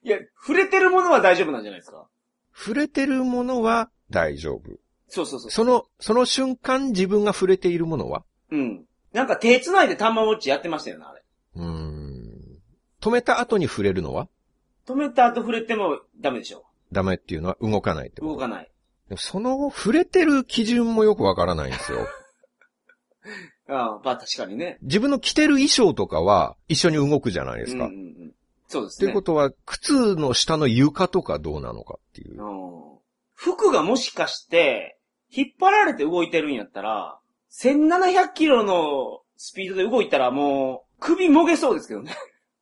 いや、触れてるものは大丈夫なんじゃないですか。触れてるものは大丈夫。そうそうそう。その、その瞬間自分が触れているものはうん。なんか手繋いでタンマウォッチやってましたよな、あれ。うーん。止めた後に触れるのは止めた後触れてもダメでしょ。ダメっていうのは動かないってこ動と。かない。でもその触れてる基準もよくわからないんです *laughs* よ。ああ、まあ確かにね。自分の着てる衣装とかは一緒に動くじゃないですかうん。うんうん、そうでっすてね。いうことは、靴の下の床とかどうなのかっていう。うん服がもしかして、引っ張られて動いてるんやったら、1700キロのスピードで動いたらもう、 *laughs* 首もげそうですけどね。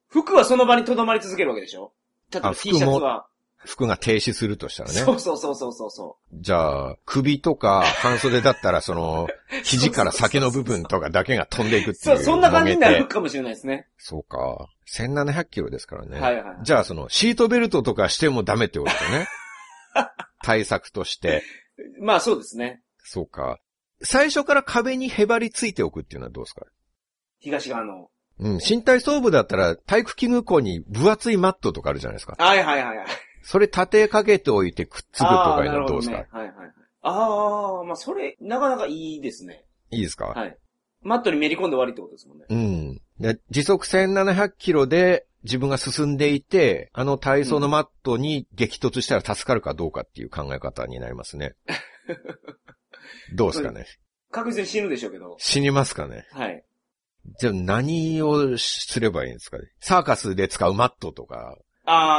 服はその場に留まり続けるわけでしょ例えばあ T シャツは。服が停止するとしたらね。そうそうそうそうそうそじゃあ、首とか半袖だったら、その、肘から先の部分とかだけが飛んでいくう。ってい。そうう、そんな感じにな曲げるてかもしれないですね。そうか。1700キロですからね。はいはい。じゃあ、その、シートベルトとかしてもダメってことだ *laughs* ね。対策として。まあそうですね。そうか。最初から壁にへばりついておくっていうのはどうですか東側の。うん。身体操部だったら、体育器具庫に分厚いマットとかあるじゃないですか。はいはいはいはい。それ立てかけておいてくっつくとあかあいうなのるはほどうどですか、ね。はいはいはい。ああ、まあそれ、なかなかいいですね。いいですか、はい。マットにめり込んで終わりってことですもんね。うん。で、時速1700キロで自分が進んでいて、あの体操のマットに激突したら助かるかどうかっていう考え方になりま *laughs* すね。どうですかね確実に死ぬでしょうけど。死にますかねはい。じゃあ何をすればいいんですかねサーカスで使うマットとか、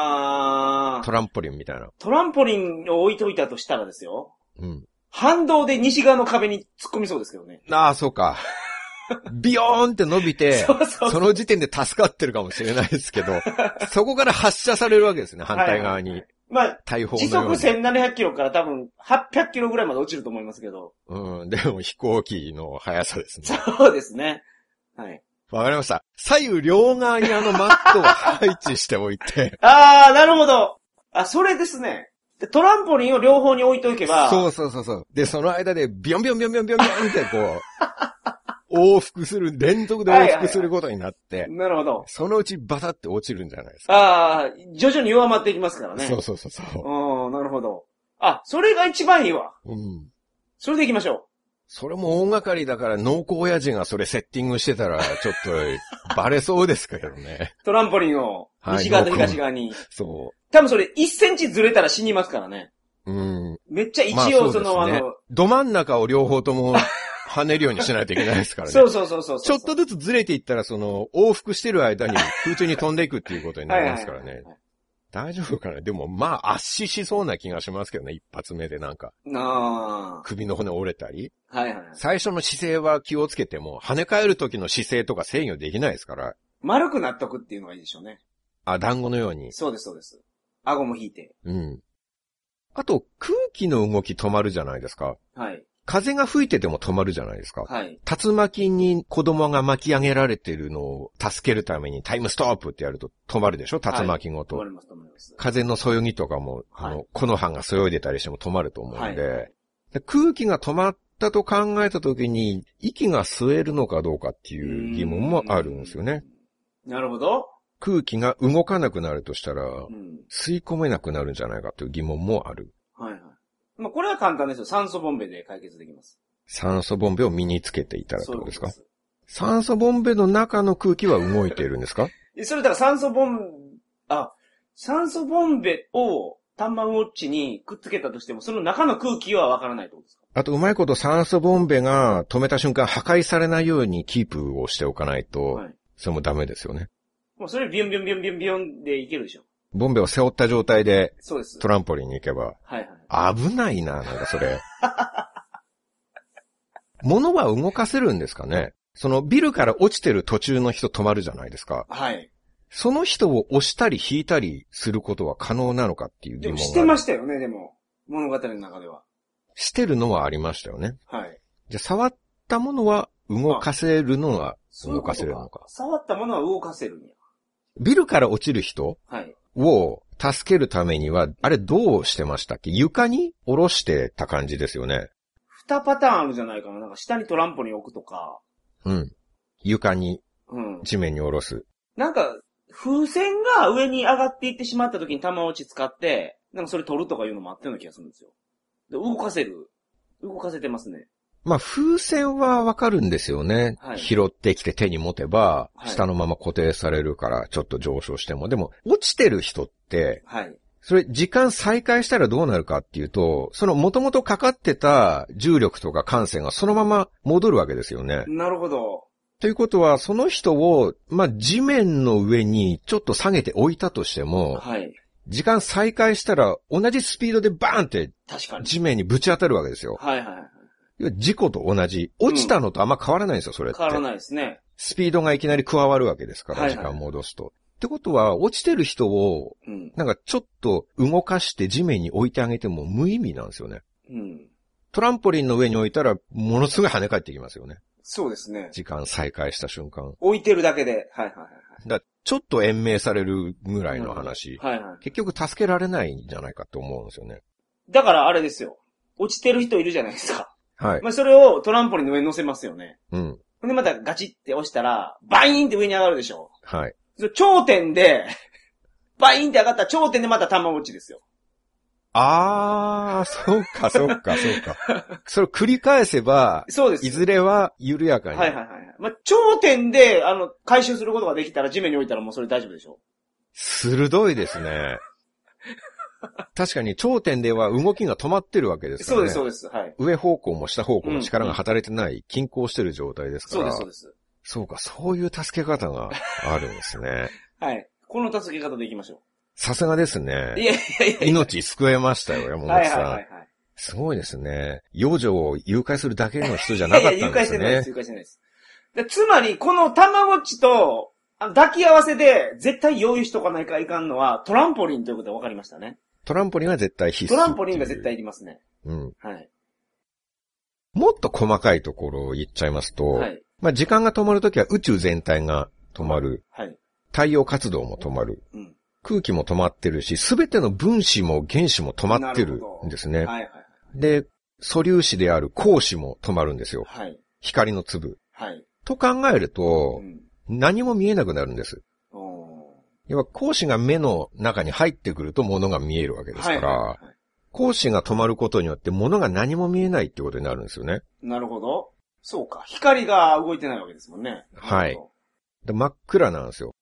あトあ、ランポリンみたいな。トランポリンを置いといたとしたらですよ。うん。反動で西側の壁に突っ込みそうですけどね。ああ、そうか。 *laughs* ビヨーンって伸びて、そうそうその時点で助かってるかもしれないです *laughs* けど、そこから発射されるわけですね、反対側に。まあ、大砲の時よう速に。 1700キロから多分800キロぐらいまで落ちると思いますけど。うん、でも飛行機の速さですね。そうですね。はい。、わかりました。左右両側にあのマットを配置しておいて *laughs* ああ、なるほど。あ、それですね。でトランポリンを両方に置いとけば、そうそうそうそう。で、その間でビョンビョンビョンビョンビョンビョンってこう、往復する、連続で往復することになって、なるほど。そのうちバタって落ちるんじゃないですか。ああ、徐々に弱まっていきますからね。そうそうそうそうん、なるほど。あ、それが一番いいわ。う。うん。それで行きましょそれも大掛かりだから、濃厚親父がそれセッティングしてたら、ちょっと、バレそうですけどね。う。トランポリンを、はい西側と東側に。そ多 *laughs* 分それ1センチずれたら死にますからね。う。うん。めっちゃ一まあ応その、そあうですねの、ど真ん中を両方とも跳ねるようにしないといけないですから *laughs* ね。そうそうそうそうそう。ちょっとずつずれていったら、その、往復してる間に空中に飛んでいくっていうことになりますからはいはいねはい。大丈夫かなでも、まあ、圧死しそうな気がしますけどね、一発目でなんか、な首の骨折れたり。あ。はいはい。最初の姿勢は気をつけても、跳ね返る時の姿勢とか制御できないですから。丸くなっとくっていうのがいいでしょうね。あ、団子のように。そうですそうです。顎も引いて。うん。あと、空気の動き止まるじゃないですか。はい。風が吹いてても止まるじゃないですか。はい。竜巻に子供が巻き上げられてるのを助けるためにタイムストップってやると止まるでしょ竜巻ごと。止まります止まります。風のそよぎとかも、はいあの、木の葉がそよいでたりしても止まると思うんで、はいで空気が止まったと考えた時に、息が吸えるのかどうかっていう疑問もあるんですよね。なるほど。空気が動かなくなるとしたら、うん。吸い込めなくなるんじゃないかという疑問もある。はいはい。まあ、これは簡単ですよ。酸素ボンベで解決できます。酸素ボンベを身につけていたらそういどううこでとすかす酸素ボンベの中の空気は動いているんですかえそれだから酸素ボン、あ、酸素ボンベを玉ウォッチにくっつけたとしても、その中の空気はわからないってことですか *laughs* あと、うまいこと酸素ボンベが止めた瞬間破壊されないようにキープをしておかないと、はい。それもダメですよね。もうそれビュンビュンビュンビュンビュンでいけるでしょ。ボンベを背負った状態でそうです。トランポリンに行けば、はいはい。危ないな、なんかそ *laughs* れ。物は動かせるんですかねそのビルから落ちてる途中の人止まるじゃないですか。はい。その人を押したり引いたりすることは可能なのかっていう疑でも問がある。してましたよね、でも。物語の中では。してるのはありましたよね。はい。じゃあ触ったものは動かせるのは動かせるのそういうことか。触ったものは動かせるんや。ビルから落ちる人はい。を助けるためには、あれどうしてましたっけ床に下ろしてた感じですよね。二パターンあるじゃないかな。なんか下にトランポリン置くとか。うん。床にうん。地面に下ろす。なんか、風船が上に上がっていってしまった時に玉落ち使って、なんかそれ取るとかいうのもあったような気がするんですよ。で動かせる。動かせてますね。まあ、風船はわかるんですよね。はい拾ってきて手に持てば、はい下のまま固定されるから、ちょっと上昇しても。でも、落ちてる人って、はい。それ時間再開したらどうなるかっていうと、その元々かかってた重力とか感性がそのまま戻るわけですよね。なるほど。ということは、その人を、まあ、地面の上にちょっと下げて置いたとしても、はい。時間再開したら同じスピードでバーンって確かに。地面にぶち当たるわけですよ。はいはいはい。要は事故と同じ。落ちたのとあんま変わらないんですよ、それって。変わらないですね。スピードがいきなり加わるわけですから、はいはい時間戻すと。ってことは、落ちてる人を、うん。なんかちょっと動かして地面に置いてあげても無意味なんですよね。うん。トランポリンの上に置いたら、ものすごい跳ね返ってきますよね。そうですね。時間再開した瞬間。置いてるだけで。はいはいはいだちょっと延命されるぐらいの話。はい。はいはい。結局助けられないんじゃないかと思うんですよね。だからあれですよ。落ちてる人いるじゃないですか。はい。まあ、それをトランポリンの上に乗せますよね。うん。ほんでまたガチって押したら、バイーンって上に上がるでしょ。はい。その頂点で、 *laughs* バイーンって上がったら頂点でまた玉落ちですよ。あー、そうか、そうか、そ *laughs* うか。それを繰り返せば、そうです。いずれは緩やかに。はいはいはいはい。まあ、頂点で、あの、回収することができたら地面に置いたらもうそれ大丈夫でしょ鋭いですね。確かに頂点では動きが止まってるわけですかそうらでね。す、そうです。はい。上方向も下方向も力が働いてない、均衡してる状態ですかそうら。です、そうです。そうか、そういう助け方があるんですね。はい。この助け方でいきましょさすがですう。いね。やいやいや。命救えましたよ、山は本いさはん。いはいはい。すごいですね。幼女を誘拐するだけの人じゃなかっいやたいや誘拐んでしてすないです、ね。誘拐してないです。でつまり、このたまごっちと、あの抱き合わせで、絶対用意しとかないかいかんのは、トランポリンということが分かりましたね。トランポリンは絶対必須。トランポリンが絶。対いりますね。うん。はい。もっと細かいところを言っちゃいますと、はい。まあ時間が止まるときは宇宙全体が止まる。はい。太陽活動も止まる。うん。空気も止まってるし、すべての分子も原子も止まってなるるほどんですね。はいはい。で、素粒子である光子も止まるんですよ。はい。光の粒。はい。と考えるうと、ん。何も見えなくなるんです。お要は光子が目の中に入ってくると物が見えるわけーですから、はいはいはい光子が止まることによって物が何も見えないってことになるんですよね。なるほど。そうか。光が動いてないわけですもんね。なはいるほど。で真っ暗なんですよ。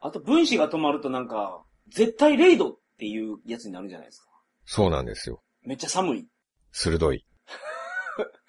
あと分子が止まるとなんか、絶対0度っていうやつになるんじゃないですか。そうなんですよ。めっちゃ寒い。*laughs* 鋭い。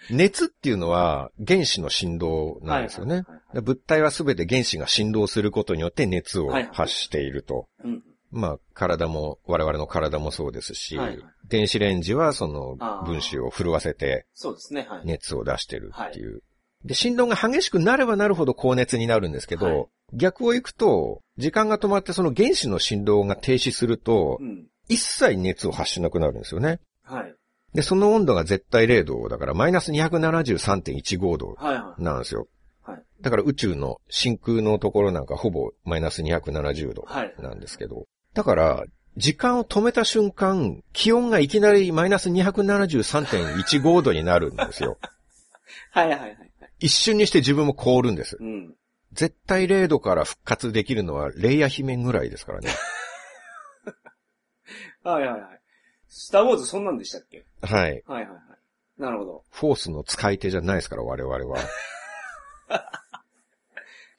熱っていうのは原子の振動なんですよね。はいはいはいはいで物体はすべて原子が振動することによって熱を発していると。うん。まあ、体も、我々の体もそうですし、はいはい電子レンジはそのあー分子を震わせてそうですね。はい。熱を出してるっていう。で、振動が激しくなればなるほど高熱になるんですけど、はい逆を行くと、時間が止まってその原子の振動が停止するとう、ん。一切熱を発しなくなるんですよね。はい。で、その温度が絶対0度、だからマイナス273.15度はいはなんですよ。はいだから宇宙の真空のところなんかほぼマイナス270度はいなんですけど、だから、時間を止めた瞬間、気温がいきなりマイナス273.15度になるんですよ。い。はいはいはいはい。一瞬にして自分も凍るんです。うん。絶対0度から復活できるのはレイヤ姫ぐらいです *laughs* からね。はいはいはい。スターウォーズそんなんでしたっけはい。はいはいはい。なるほど。フォースの使い手じゃないですから、我々は。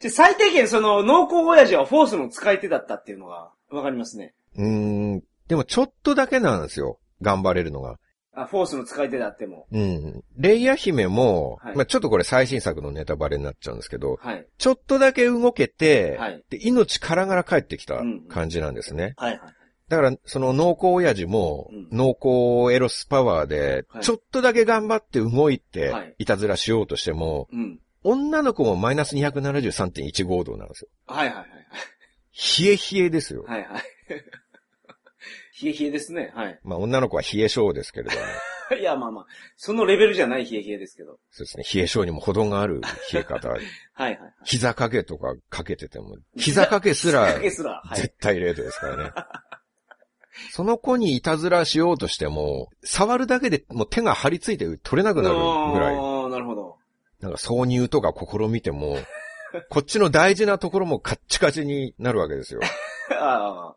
で、最低限その、濃厚親父はフォースの使い手だったっていうのが、わかりますね。うーん。でもちょっとだけなんですよ。頑張れるのが。あ、フォースの使い手であっても。うん。レイヤ姫も、はいまあちょっとこれ最新作のネタバレになっちゃうんですけど、はい。ちょっとだけ動けて、はい。で命からがら帰ってきたうん感じなんですね。はいはい。だから、その濃厚親父もうん、濃厚エロスパワーでは、いちょっとだけ頑張って動いはいて、いたずらしようとしても、うん。女の子もマイナス273.15度なんですよ。はいはいはい。冷え冷えですよ。はい *laughs* はい。冷え冷えですね。はい。まあ女の子は冷え性ですけれど *laughs* も、いや、まあまあ、そのレベルじゃない冷え冷えですけど。そうですね、冷え性にも程がある冷え方。はいはい。膝掛けとかかけて *laughs* ても、膝掛けすら、え *laughs* すら、はい。絶対0度ですからね。その子にいたずらしようとしても、触るだけでもう手が張り付いて取れなくなるぐらい、あーなるほど。 *laughs* なんか挿入とか試みても、こっちの大事なところもカッチカチになるわけですよ。ああ、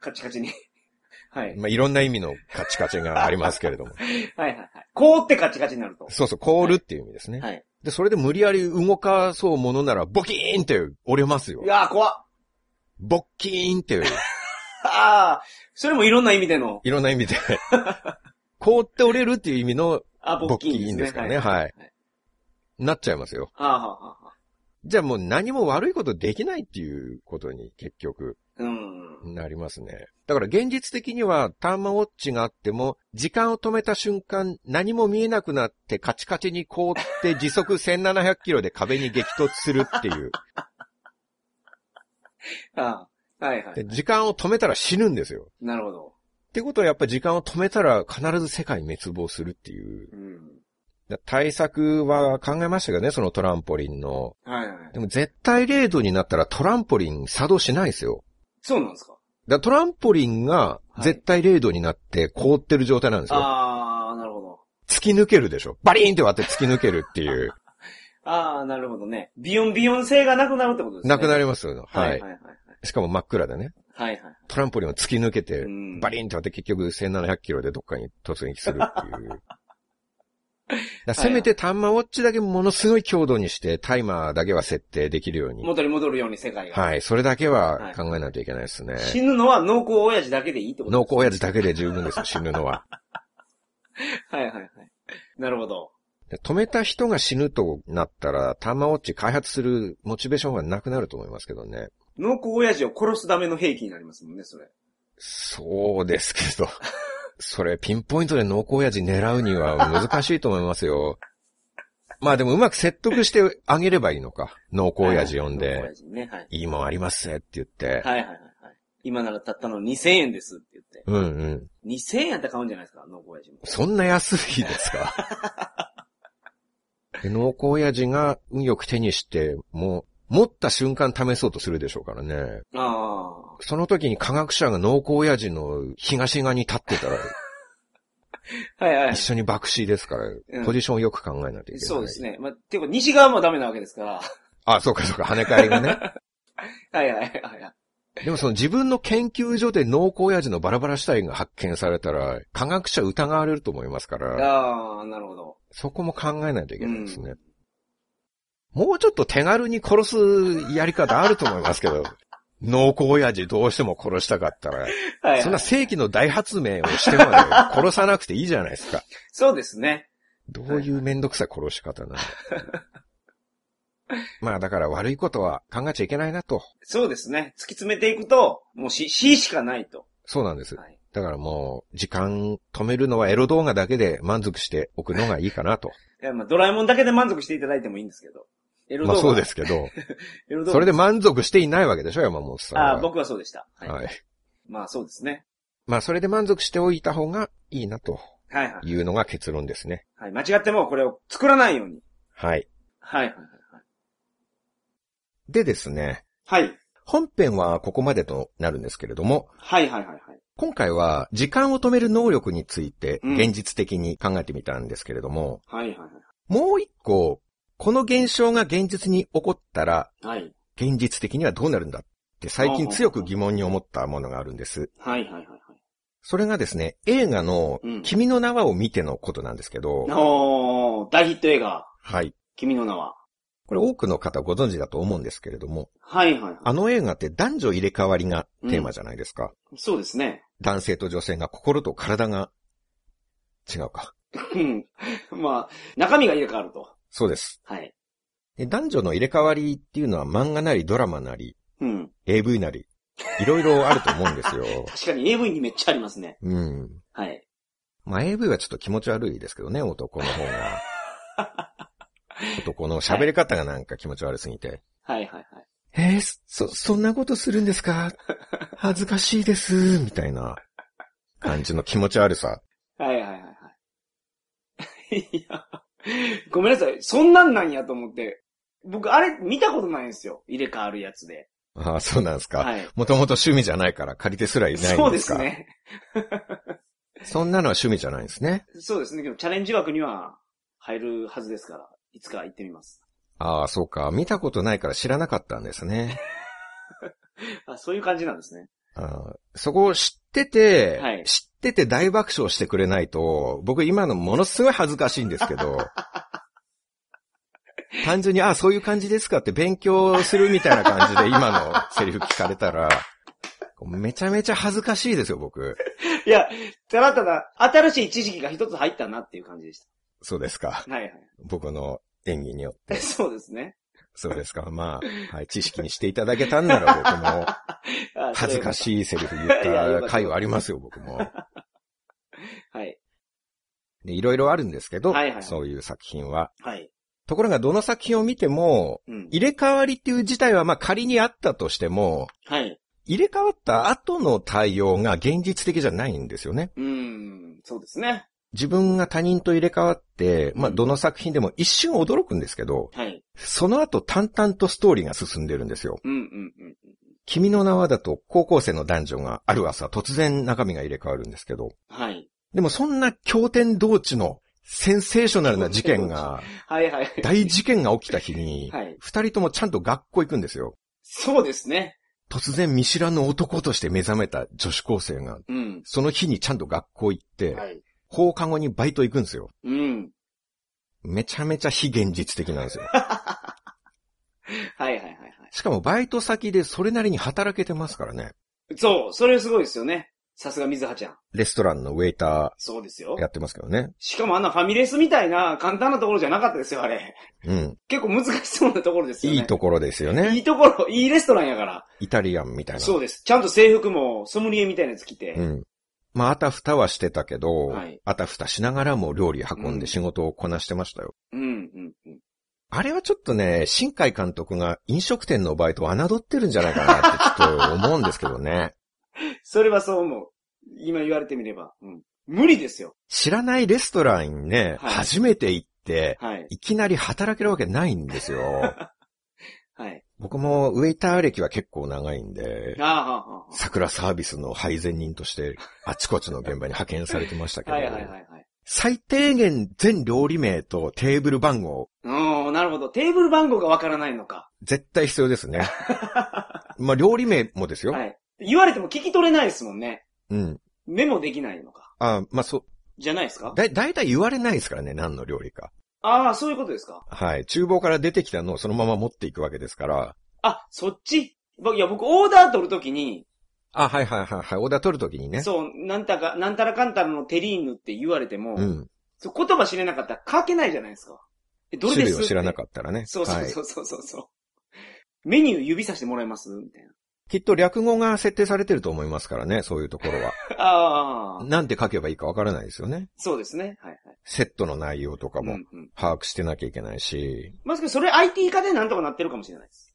カチカチに。 *laughs* はい。まあ、いろんな意味のカチカチがありますけれども。はいはいはい。凍ってカチカチになると。そうそう、凍るっていう意味ですね。はい。で、それで無理やり動かそうものなら、ボキーンって折れますよい。やー、怖っ。ボッキーンって、ああ、それもいろんな意味での、いろんな意 *laughs* 味で。凍って折れるっていう意味の、あ、ボボッッキキーーいいんですからね。ねはい。はいなっちゃいますよ。あーはーはーはじゃあもう何も悪いことできないっていうことに結局ーうん。なりますね。だから現実的にはターマウォッチがあっても時間を止めた瞬間何も見えなくなってカチカチに凍って時速1700キロで壁に激突するっていうあはいはでい。時間を止めたら死ぬんですよ。なるほど。ってことはやっぱ時間を止めたら必ず世界滅亡するっていう。うん。だ対策は考えましたけどね、そのトランポリンの。はいはい。でも絶対0度になったらトランポリン作動しないですよ。そうなんですかだトランポリンが絶対0度になって凍ってる状態なんですよ。あー、なるほど。突き抜けるでしょ。バリーンって割って突き抜けるっ *laughs* ていう。あー、なるほどね。ビヨンビヨン性がなくなるってことですね。なくなる。りますよ。はいははいいは。いはい。しかも真っ暗でね。はいはい。トランポリンを突き抜けてう、んバリンと割って結局1700キロでどっかに突撃するって *laughs* いう。だからせめてタンマウォッチだけものすごい強度にしてタイマーだけは設定できるように。元に戻るように世界が。はい。それだけは考えないといけないですね。死ぬのは濃厚親父だけでいいってこと濃厚やつだけで十分ですよ、死ぬの *laughs* は。はいはいはい。なるほど。で止めた人が死ぬとなったら、タンマウォッチ開発するモチベーションがなくなると思いますけどね。濃厚親父を殺すための兵器になりますもんね、それ。そうですけど。それ、ピンポイントで濃厚親父狙うには難しいと思います *laughs* よ。まあでもうまく説得してあげればいいのか。濃厚親父呼はい濃ん厚で親、父にね、はい。いいもんありますぜって言って。はいはいはいはい。今ならたったの2000円ですって言って。うんうん。 2000円やったら買うんじゃないですか、濃厚親父も。そんな安いですか *laughs* で濃厚親父が運よく手にして、もう、持った瞬間試そうとするでしょうからね。あその時に科学者が濃厚親父の東側に立ってたら、あ。はいはい一。緒に爆死ですから、ポジションをよく考えないといけない。そうですね。まあ、ていうか、西側もダメなわけですから。あ、そうかそうか、跳ね返りがね。 *laughs* はいはいはいはい。でもその自分の研究所で濃厚親父のバラバラ死体が発見されたら、科学者疑われると思いますから、ああ、なるほど。そこも考えないといけないですね。もうちょっと手軽に殺すやり方あると思いますけど、 *laughs* 濃厚親父どうしても殺したかったら、はい、そんは。ない正規の大発明をしてま *laughs* で殺さなくていいじゃないですか。そうですね。どういうめんどくさい殺し方なの *laughs* まあだから悪いことは考えちゃいけないなと。そうですね。突き詰めていくと、もう死、死しかないと。そうなんです。はい。だからもう、時間止めるのはエロ動画だけで満足しておくのがいいかなと。いや、まあ、ドラえもんだけで満足していただいてもいいんですけど。 *laughs* エロ動まあ画。そうで。すけど、エロ動画。それで満足していないわけでしょ、山本さんは。ああ、僕はそうでした。はい。はい。まあ、そうですね。まあそれで満足しておいた方がいいなとはいはい。いうのが結論ですね。はい、間違ってもこれを作らないように。はい。はいはいでですね、はい。はい。本編はここまでとなるんですけれども、はいはいはいはい。今回は時間を止める能力についてうん現実的に考えてみたんですけれども、はいはいもう一個、この現象が現実に起こったら、はい。はい。現実的にはどうなるんだって最近強く疑問に思ったものがあるんです。はいはいはいはい。それがですね、映画のうん君の名はを見てのことなんですけど、おー、大ヒット映画、はい。君の名は。これ多くの方ご存知だと思うんですけれども、はいはいはい。あの映画って男女入れ替わりがテーマじゃないですか。そうですね。男性と女性が心と体が違うか。うん。 *laughs* まあ、中身が入れ替わると。そうです。はい。で男女の入れ替わりっていうのは漫画なりドラマなり、うん。。AV なり、いろいろあると思うんですよ確かに AV にめっちゃありますね。うん。はい。まあ、AV はちょっと気持ち悪いですけどね、男の方 *laughs* が。男の喋り方がなんか気持ち悪すぎて。はいはいはい。えーそ、そんなことするんですか恥ずかしいです、みたいな感じの気持ち悪さ。はいはいはいはい。 *laughs* いや、ごめんなさい。そんなんなんやと思って。僕、あれ、見たことないんですよ。入れ替わるやつで。ああ、そうなんですか。はい。もともと趣味じゃないから借りてすらいないんですかそうです。ね。そんなのは趣味じゃないんですね。そうですね。けど、チャレンジ枠には入るはずですから、いつか行ってみます。ああ、そうか。見たことないから知らなかったんですね。あそういう感じなんですね。ああそこを知ってて、はい知ってて大爆笑してくれないと、僕今のものすごい恥ずかしいんですけど、単純に、ああ、そういう感じですかって勉強するみたいな感じで今のセリフ聞かれたら、めちゃめちゃ恥ずかしいですよ、僕。いや、ただただ、新しい知識が一つ入ったなっていう感じでしそうですか。た。はいは僕の演技によって。い。 *laughs* そうですね。そうですか。まあ、はい、知識にしていただけたんなら僕もあ恥ずかい。しいセリフ言った回はありますよ、僕も。はい。でいろいろあるんですけど、はいはいそういう作品は。はい。ところが、どの作品を見ても、うん。入れ替わりっていう事態はまあ仮にあったとしても、はい。入れ替わった後の対応が現実的じゃないんですよね。うん、そうですね。自分が他人と入れ替わって、まあ、どの作品でも一瞬驚くんですけど、はい。その後淡々とストーリーが進んでるんですよ。うん、うん、うん。君の名はだと高校生の男女がある朝突然中身が入れ替わるんですけど、はい。でもそんな驚天動地のセンセーショナルな事 *laughs* 件が、はい、はい。大事件が起きた日にはい、二人ともちゃんと学校行くんですよ。そうですね。突然見知らぬ男として目覚めた女子高生が、うん。その日にちゃんと学校行って、はい。放課後にバイト行くんですよ。うん。めちゃめちゃ非現実的な *laughs* んですよ。はい、はい、はい、はい。しかもバイト先でそれなりに働けてますからね。そう、それすごいですよね。さすが水葉ちゃん。レストランのウェイタそうですよー。やってますけどね。しかもあんなファミレスみたいな簡単なところじゃなかったですよ、あれ。うん。結構難しそうなところですよね。いいところですよいね。いところ、いいレストランやから。イタリアンみたいな。そうです。ちゃんと制服もソムリエみたいなやつ着て。うん。まあ、あたふたはしてたけど、はいあたふたしながらも料理運んで仕事をこなしてましたよ。うん、うん、うん。あれはちょっとね、新海監督が飲食店のバイトを侮ってるんじゃないかなってちょっと思うんですけどね。それはそう思う。今言われてみれば。うん。無理ですよ。知らないレストランにね、はい初めて行って、はい。いきなり働けるわけないんで *laughs* すよ。はい。僕もウェイター歴は結構長いんであ、あ、はあ、は桜サービスの配膳人として、あちこちの現場に派遣されてましたけ *laughs* あ。ど、はい、はい、はい、はい。最低限全料理名とテーブル番号、うん、なるほど。テーブル番号がわからないのか。絶対必要です *laughs* ね。まあ、料理名もですよ。はい。言われても聞き取れないですもんね。うん。メモできないのか。あまあ、そじゃないですかう、だ、だいたい言われないですからね、何の料理か。ああ、そういうことですか。はい。厨房から出てきたのをそのまま持っていくわけですから、あ、そっち僕いや、僕、オーダー取るときに、あ、はいはいはいはい。オーダー取るときにね。そう、なんたか、なんたらかんたらのテリーヌって言われても、うん。そう言葉知れなかったら書けないじゃないですか。え、どれ種で類すを知らなかっったらね。たそうそうはい。そうそうそうそう。メニュー指さしてもらえますみたいきっと略語が設定されてると思いますからね、そういうところは。 *laughs* な。ああ、なんて書けばいいかわからないですよね。そうですね。はいはい。セットの内容とかうんもうん。把握してなきゃいけないし。まあ、それ IT 化でなんとかなってるかもしれないです。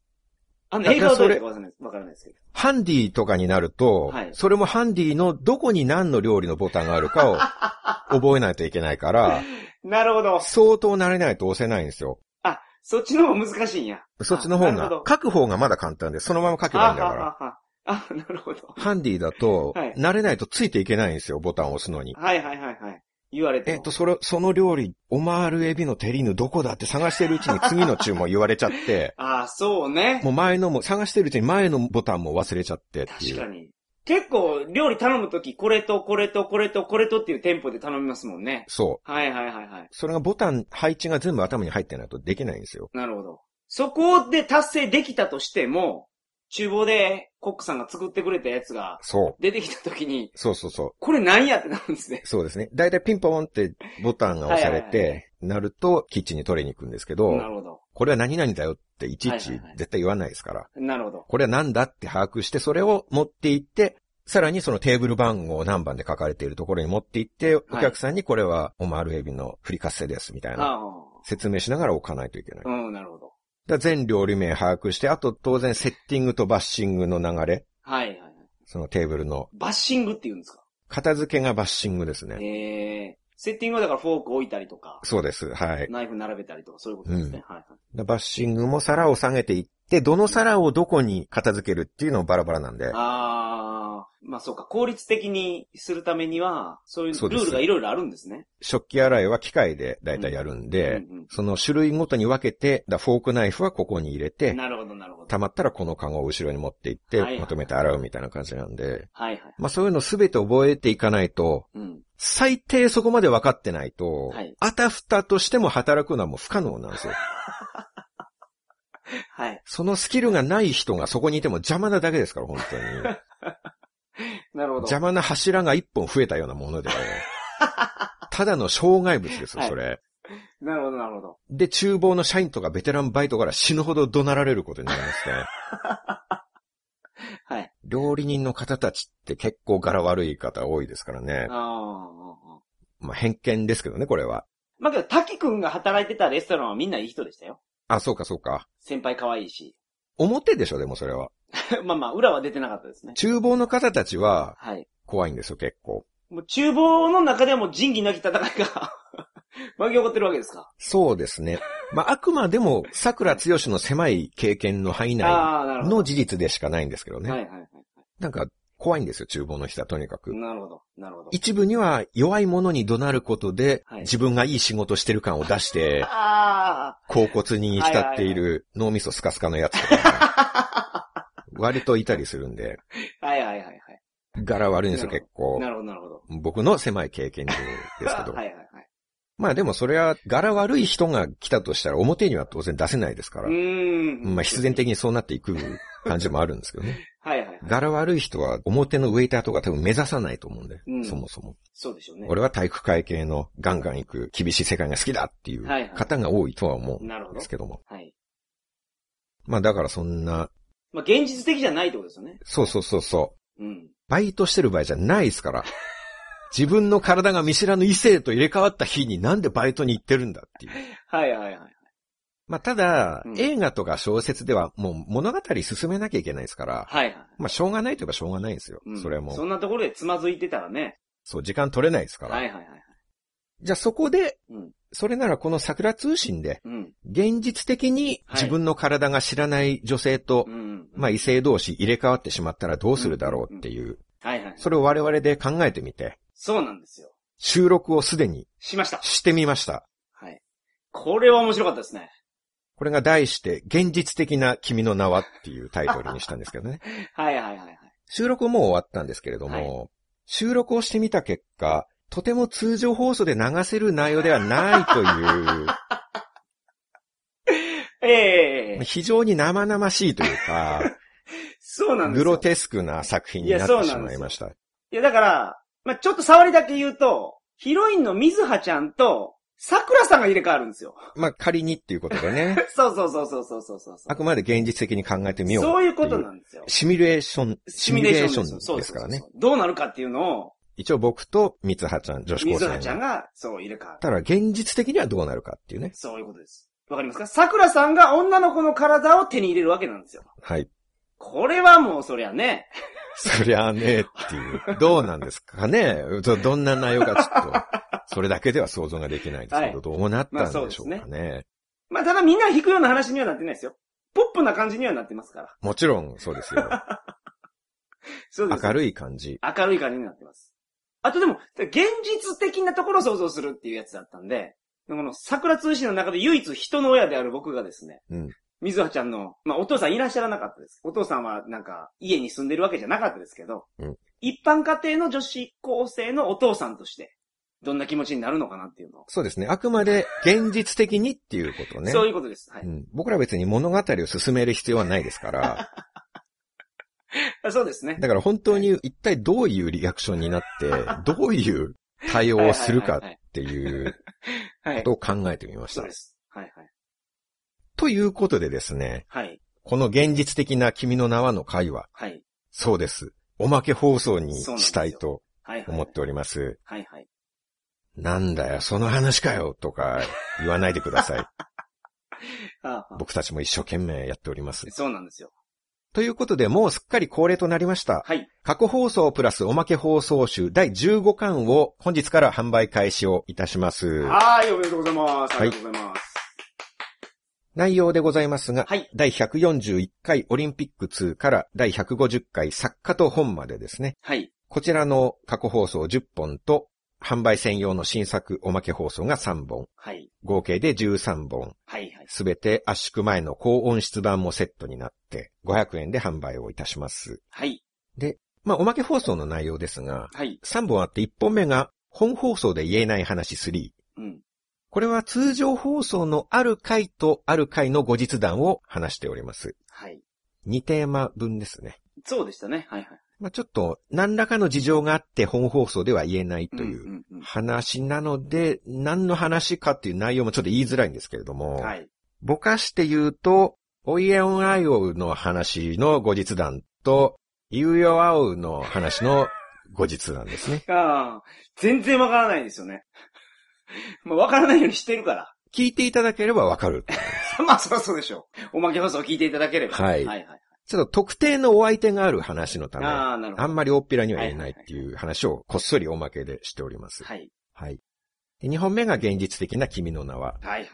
あの、だ映画はどうやっだからそれてかわからないわからないですけど。ハンディとかになると、はいそれもハンディのどこに何の料理のボタンがあるかを *laughs* 覚えないといけないから、なるほど。相当慣れないと押せないんですよ。あ、そっちの方が難しいんや。そっちの方あなるがほ、ど書く方がまだ簡単で、そのまま書けばいいんだから。あああああ、なるほど。ハンディだと、はい慣れないとついていけないんですよ、ボタンを押すのに。はいはいはいはい。言われてえも。っと、それ、その料理、オマールエビのテリーヌどこだって探してるうちに次の注文言われちゃって、ああ、そうね。もう前のも、探してるうちに前のボタンも忘れちゃってってい確う。かに。結構、料理頼むとき、これとこれとこれとこれとっていうテンポで頼みますもんね。そう。はいはいはいはい。それがボタン配置が全部頭に入ってないとできないんですよ。なるほど。そこで達成できたとしても、厨房でコックさんが作ってくれたやつがそう。出てきたときに、そうそうそう。これなんやってなるんですね。そうですね。だいたいピンポンってボタンが押さはれいはいはて、なるとキッチンに取りに行くんですけなど、るほど。これは何々だよっていちいはちいはいはい絶対言わないですから、なるほど。これは何だって把握して、それを持って行って、さらにそのテーブル番号何番で書かれているところに持って行って、お客さんにこれはオマールエビのフリカッセですみたいなあ説明しながら置かないといけない。あ、うん、なるほど。だから全料理名把握して、あと当然セッティングとバッシングの流れ、はいはいはい。そのテーブルのバッシングって言うんですか片付けがバッシングですね。ええセッティングはだからフォーク置いたりとか、そうです。はい。ナイフ並べたりとか、そういうことですね。はいはい。だバッシングも皿を下げていって、どの皿をどこに片付けるっていうのをバラバラなんで。ああ、まあそうか、効率的にするためには、そういそううでルすールがいろいろあるんですね。食器洗いは機械でだいたいやるんで、うんうんその種類ごとに分けて、だフォークナイフはここに入れて、なるほど、なるほど。溜まったらこのカゴを後ろに持っていってはい、まとめて洗うみたいな感じなんで、はいはい。まあそういうのすべて覚えていかないと、うん。最低そこまで分かってないと、はいあたふたとしても働くのはもう不可能なんですよ。はい。そのスキルがない人がそこにいても邪魔なだけですから、本当に。なるほど。邪魔な柱が一本増えたようなもので、ただの障害物ですよ、はいそれ。なるほど、なるほど。で、厨房の社員とかベテランバイトから死ぬほど怒鳴られることになりますね。はい。料理人の方たちって結構柄悪い方多いですからねあ。あ。まあ、偏見ですけどね、これは。まあけど、滝くんが働いてたレストランはみんないい人でしたよ。あ、そうかそうか。先輩可愛いし。 *laughs* 表でしょ、でもそれは。まあまあ、裏は出てなかったですね。厨房の方たちははい。怖いんですよ、結構。もう厨房の中ではもう仁義なき戦いが *laughs* 巻き起こってるわけですか。そうですね。まあ、あくまでも、桜強しの狭い経験の範囲内ああ、なるほど。の事実でしかないんですけどね。はいはいはい。なんか、怖いんですよ、厨房の人はとにかく。なるほど。なるほど。一部には弱い者に怒鳴ることで、はい自分がいい仕事してる感を *laughs* 出して、あ甲骨に浸っている脳みそスカスカのやつ *laughs* とか、割といたりするんで、あ。はいはいはいはい。柄悪いんですよ、結構な。るほどなるほど。僕の狭い経験上ですけ *laughs* ど。はいはいはい。まあでもそれは柄悪い人が来たとしたら表には当然出せないですかうら。ーん。まあ必然的にそうなっていく感じもあるんですけどね。はいはいはい。柄悪い人は表のウェイターとか多分目指さないと思うんで、うんそもそも。そうでしょうね。俺は体育会系のガンガン行く厳しい世界が好きだっていうはいはい方が多いとは思うんなるほどです。けども。はい。まあだからそんな、まあ、現実的じゃないってことですよね。そうそうそうそう。うん。バイトしてる場合じゃないです *laughs* から。自分の体が見知らぬ異性と入れ替わった日になんでバイトに行ってるんだっていう。はいはいはい。まあ、ただ、うん映画とか小説ではもう物語進めなきゃいけないですから、はいはい。まあ、しょうがないといえばしょうがないんですよ。うんそれはもそうんなところでつまずいてたらね。そう、時間取れないですかはいら。はいはいはい。じゃあそこで、うん。それならこの桜通信で、うん。現実的にはい自分の体が知らない女性と、うん。まあ、異性同士入れ替わってしまったらどうするだろうっていう、あ、はいはい。それを我々で考えてみて、そうなんですよ。収録をすでにしました。してみました。はい。これは面白かったですね。これが題して、現実的な君の名はっていうタイトルにしたんですけど *laughs* ね。はいはいはいはい。収録もう終わったんですけれども、収録をしてみた結果、とても通常放送で流せる内容ではないという、えええ *laughs* え非常に生々しいという *laughs* か、そうなんですグよ。ロテスクな作品になっいやてそうしなんでますいよました。いやだから、まあ、ちょっと触りだけ言うと、ヒロインの水葉ちゃんと、桜さんが入れ替わるんですよ。 *laughs* まあ仮にっていうことで *laughs* ね、そうそうそうそうそうそうそうそう。あくまで現実的に考えてみよう。そういうことなんですよ。シミュレーション、シミュレーショそうンですから。そうねそ。うそうどうなるかっていうのを、一応僕と三葉ちゃん、女子高水生葉ちゃんが。が、そう入れ替わる。ただ現実的にはどうなるかっていうね。そういうことです。わかりますか桜さんが女の子の体を手に入れるわけなんですよ。はい。これはもうそりゃね。そりゃあねえっていう。どうなんですかねどどんな内容かちょっと、それだけでは想像ができないですけど、はいどうなったんでしょうまあかね。そまあただみんな引くような話にはなってないですよ。ポップな感じにはなってますから。もちろんそ *laughs* うですよ。そうです。明い。るい感じ。明るい感じになってます。あとでも、現実的なところを想像するっていうやつだったんで、この桜通信の中で唯一人の親である僕がですね、うん。水葉ちゃんの、まあお父さんいらっしゃらなかったです。お父さんはなんか家に住んでるわけじゃなかったですけど、うん一般家庭の女子高生のお父さんとして、どんな気持ちになるのかなっていうのを。そうですね。あくまで現実的にっていうことね。。そういうことです。はいうん、僕ら別に物語を進める必要はないですから、あそうですね。だから本当に一体どういうリアクションになって、どういう対応をするかっはいていうはいはいはい。はこいとを考えてみましそたうで。す。はいはい。ということでですね、はい。この現実的な君の名はの会は、はい。そうです。おまけ放送にしたいとはい。思っております。はいはい。なんだよ、その話かよとか言わないでく *laughs* ださい。ああ僕たちも一生懸命やっております。そうなんですよ。ということで、もうすっかり恒例となりました。はい。過去放送プラスおまけ放送集第15巻を本日から販売開始をいたします。はーい、おめでとうございます。はいありがとうございます。内容でございますが、はい。第141回オリンピック2から第150回作家と本までですね。はい。こちらの過去放送10本と販売専用の新作おまけ放送が3本。はい。合計で13本、はい。はい。すべて圧縮前の高音質版もセットになって、500円で販売をいたします。はい。まあ、おまけ放送の内容ですが、はい。 3本あって1本目が、本放送で言えない話3。うん。これは通常放送のある回とある回の後日談を話しております。はい。 2テーマ分ですね。そうでしたね。はいはい。まあ、ちょっと、何らかの事情があって本放送では言えないというんうん話なので、何の話かっていう内容もちょっと言いづらいんですけれども、うん。はい。ぼかして言うと、おいえおんあいおうの話の後日談と、ゆうよあうの話の後日談ですね。 *laughs* ああ、全然わからないですよね。まあ、わからないようにしてるから。 *laughs* 聞いていただければわかる。まあ、そりゃそうでしょう。おまけ放送を聞いていただければ。はいはいはい。ちょっと特定のお相手がある話のため、あああ、なるほど。んまり大っぴらには言えないっていう話をこっそりおまけでしております。はい。はい。で2本目が現実的な君の名はは、いはい。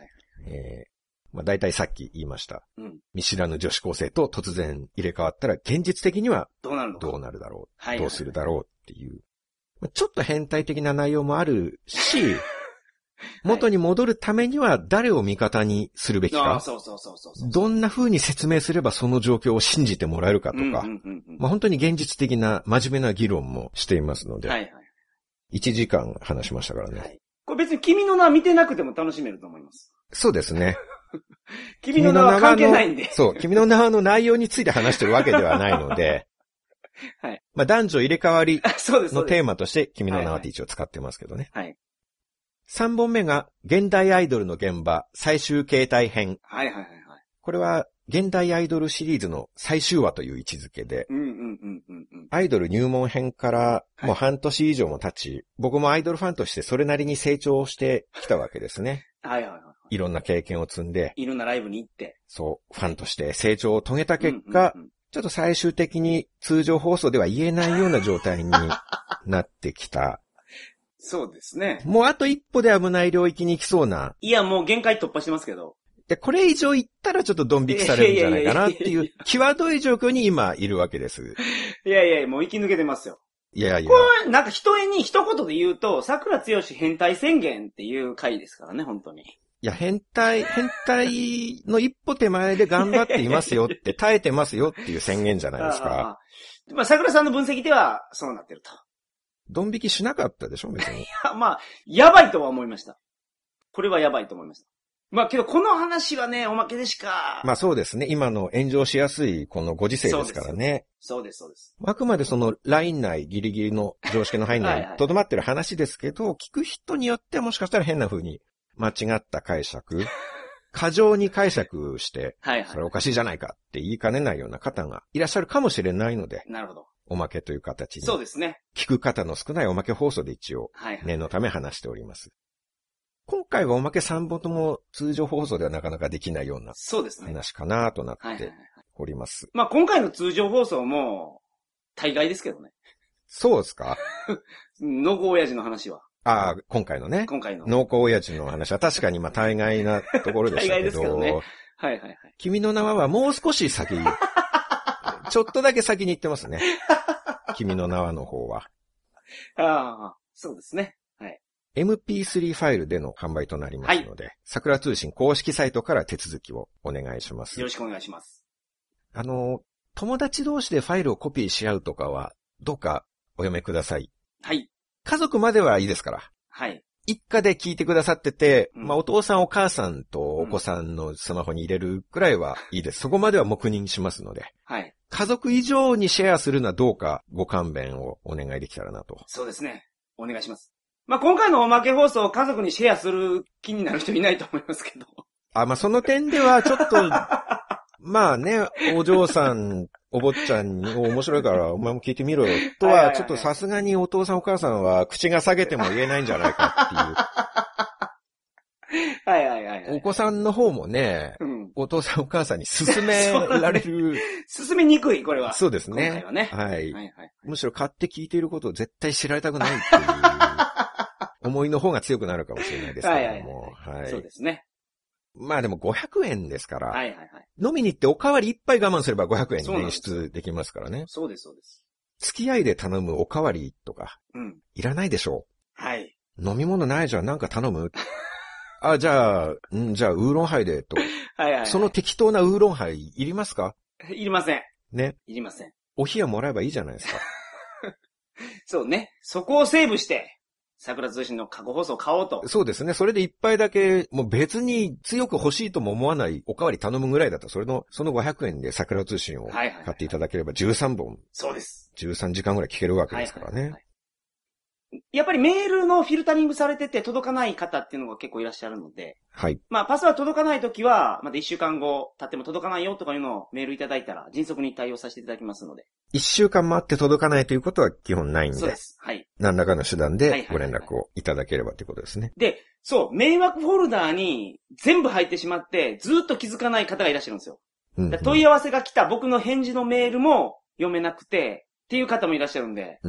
えー、まあ大体さっき言いました。うん。見知らぬ女子高生と突然入れ替わったら現実的にはどうなるのかどうなるだろはう、い。どうするだろうっていう。まあちょっと変態的な内容もあるし、元に戻るためには誰を味方にするべきああ、か、そうそうそうそうそう。どんな風に説明すればその状況を信じてもらえるかとうんかう、んうんうんまあ、本当に現実的な真面目な議論もしていますので、はいはい。 1時間話しましたからね。はい。これ別に君の名は見てなくても楽しめると思います。そうですね。君の名は関係ないんで。 *laughs* そう、君の名はの内容について話してるわけではないので、 *laughs* はい。まあ、男女入れ替わりそうです、そのうでテす。ーマとして君の名はって一応使ってますけどね。はい。 3本目が現代アイドルの現場最終形態編。はいはいはいはい。これは現代アイドルシリーズの最終話という位置づけで、うんうんうんうんうん。アイドル入門編からはいもう半年以上も経ち、僕もアイドルファンとしてそれなりに成長してきたわけですね。はいはいはいはい。いろんな経験を積んで、いろんなライブに行って。そう、ファンとして成長を遂げた結果、うんうんうんちょっと最終的に通常放送では言えないような状態になってきた。そうですね。もうあと一歩で危ない領域に行きそうな。いや、もう限界突破してますけど。で、これ以上行ったらちょっとドン引きされるんじゃないかなっていいう、際どい状況に今いるわけです。いやいや、もう息抜けてますよ。いやいやこ、れ、なんか一重に一言で言うと、桜強し変態宣言っていう回ですからね、本当に。いや、変態、変態の一歩手前で頑張っていますよって、耐えてますよっていう宣言じゃないですか。ああまあ、桜さんの分析では、そうなってると。ドン引きしなかったでしょ、別に。あまあ、やばいとは思いました。これはやばいと思いました。まあ、けどこの話はね、おまけでしか。まあそうですね。今の炎上しやすいこのご時世ですからね。そうです、そうです。あくまでそのライン内、ギリギリの常識の範囲はい内はにいとどまってる話ですけど、聞く人によってはもしかしたら変な風に間違った *laughs* 解釈、過剰に解釈して、はいはそれおかしいじゃないかって言いかねないような方がいらっしゃるかもしれないので、い。なるほど。おまけという形に。そうですね。聞く方の少ないおまけ放送で一応はいはい。念のため話しております。今回はおまけ3本とも通常放送ではなかなかできないようなそうですね。話かなとなはいっはいはてい。おります。まあ、今回の通常放送も、大概ですけどね。そうですか濃厚親父の話は。ああ、今回のね。今回の。濃厚親父の話は確かにまあ大概なところでしたけ大概ですけど、どねはいはいはい。君の名はもう少し先、ちょっとだけ先に行っ *laughs* てますね。君の名はの方は。ああ、そうですね。 MP3 ファイルでの販売となりますので、桜通信公式サイトから手続きをお願いしますよろ。しくお願いします。あの、友達同士でファイルをコピーし合うとかは、どうかお読めください。はい。家族まではいいですから。はい。一家で聞いてくださってて、うんまあお父さんお母さんとお子さんのスマホに入れるくらいはいいです。そこまでは黙認しますので。はい。家族以上にシェアするのはどうかご勘弁をお願いできたらなと。そうですね。お願いします。まあ、今回のおまけ放送を家族にシェアする気になる人いないと思いますけど。 *laughs* あ、まあその点ではちょっと、まあね、お嬢さん、お坊ちゃんにお面白いからお前も聞いてみろよとはいはいはは、いちょっとさすがにお父さんお母さんは口が下げても言えないんじゃないかはいはいはいっはていう。おい。子さんの方もね、うん。お父さんお母さんに勧めら *laughs* れる。進めにくい、これは。そうですね。今回はねはい。はいはい。むしろ買って聞いていることを絶対知られたくないっ *laughs* ていう思いの方が強くなるかもしれないですけれども。はいそうですね。まあでも500円ですから、はいはいはい。飲みに行っておかわり一杯我慢すれば500円そうなん捻です出できますからね。そうですそうです。付き合いで頼むおかわりとか、うん。いらないでしょはい。う。飲み物ないじゃん、なんか *laughs* 頼むあ、じゃあ、うん、じゃあ、ウーロンハイで、とか。はいはいはい。その、適当なウーロンハイ、いりますかいりません。ね。いりません。お冷やもらえばいいじゃないですか。そうね。そこをセーブして、桜通信の過去放送を買おうと。そうですね。それで一杯だけ、もう別に強く欲しいとも思わないおかわり頼むぐらいだったら、それの、その500円で桜通信をはいはいはい買っていただければ13本、そうです。 13時間ぐらい聞けるわけですからはいはいねは。いやっぱりメールのフィルタリングされてて届かない方っていうのが結構いらっしゃるので、はい。まあパスワード届かないときは、また一週間後経っても届かないよとかいうのをメールいただいたら迅速に対応させていただきますので。一週間待って届かないということは基本ないんそうでで、す。はい。何らかの手は段いはいではごいは連い絡をいただければということですね。で、そう、迷惑フォルダーに全部入ってしまって、ずーっと気づかない方がいらっしゃるんですよ。うんうんだから問い合わせが来た僕の返事のメールも読めなくて、っていう方もいらっしゃるんで、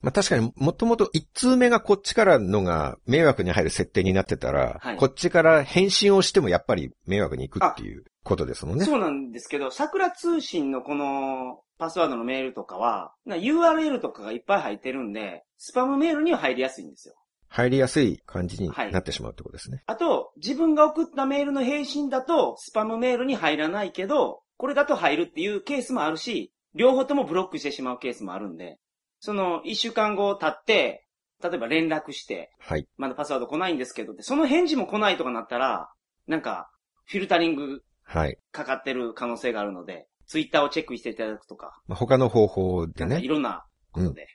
まあ確かにもともと一通目がこっちからのが迷惑に入る設定になってたら、はいこっちから返信をしてもやっぱり迷惑に行くっていうことですもんね。そうなんですけど、桜通信のこのパスワードのメールとかは、な URL とかがいっぱい入ってるんで、スパムメールには入りやすいんですよ。入りやすい感じになってしまうってことですね。あと、自分が送ったメールの返信だと、スパムメールに入らないけど、これだと入るっていうケースもあるし、両方ともブロックしてしまうケースもあるんで、その、一週間後経って、例えば連絡して、はい。まだパスワード来ないんですけどって、その返事も来ないとかなったら、なんか、フィルタリングはい。かかってる可能性があるので、ツイッターをチェックしていただくとか、まあ、他の方法でなんかいね。ろんなことで。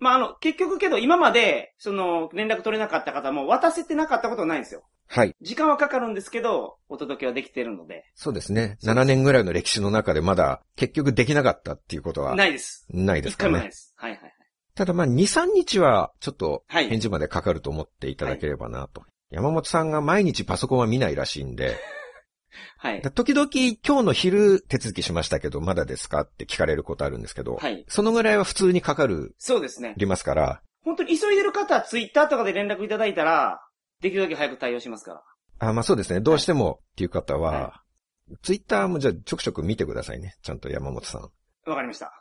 まあ、あの、結局けど今まで、その、連絡取れなかった方も渡せてなかったことはないんですよ。はい。時間はかかるんですけど、お届けはできてるので、そうですね。そうです7年ぐらいの歴史の中でまだ結局できなかったっていうことはないです。ないで一すか回もないねで。す。はいはいはい。ただまあ2、3日はちょっとはい返事までかかると思っていただければなと。山本さんが毎日パソコンは見ないらしいんで、はい。だ時々今日の昼手続きしましたけど、まだですかって聞かれることあるんですけど、はいそのぐらいは普通にかかる、そうですね。りますから、本当に急いでる方はツイッターとかで連絡いただいたら、できるだけ早く対応しますから。あまあそうですね、どうしてもっていう方は、はツイッターもじゃあちょくちょく見てくださいね、ちゃんと山本さん。わかりました。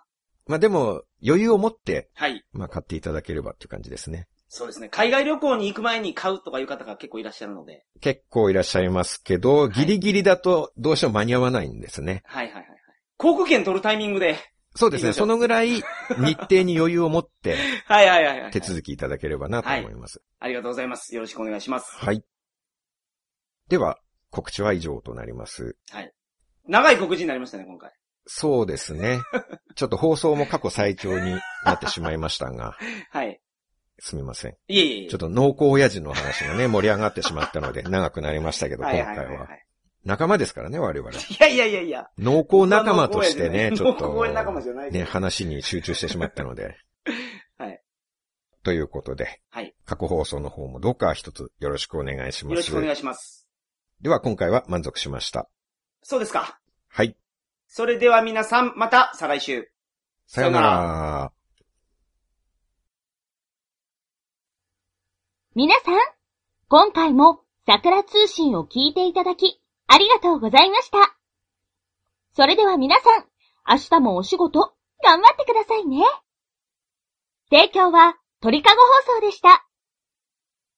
まあでも、余裕を持って、はい。まあ買っていただければっていう感じですね。そうですね。海外旅行に行く前に買うとかいう方が結構いらっしゃるので。結構いらっしゃいますけど、いギリギリだとどうしても間に合わないんですね。はいはいはいはい。航空券取るタイミングで。そうでいすいね、ですよそのぐらい日程に余裕を持ってはいはいはいはい。手続きいただければなと思います。ありがとうございます。よろしくお願いします。はい。では、告知は以上となります。長い告示になりましたね、今回。そうですね。ちょっと放送も過去最長になってしまいましたが、はい。すみません。いえいえいえ。ちょっと濃厚親父の話がね、盛り上がってしまったので、長くなりましたけど、今はい回はいはいはは。い。仲間ですからね、我々。いやいやいやいや。濃厚仲間としてね、ちそょんっな濃厚やじゃない濃厚仲間じゃなと、いけね、ど話に集中してしまったので。 *laughs* はい。ということで、はい過去放送の方もどうか一つよろしくお願いしよまろしすくお。願いします。では、今回は満足しました。そうですか。はい。それでは皆さん、また、再来週。さようなさよら。皆さん、今回も桜通信を聞いていただき、ありがとうございました。それでは皆さん、明日もお仕事、頑張ってくださいね。提供は鳥かご放送でした。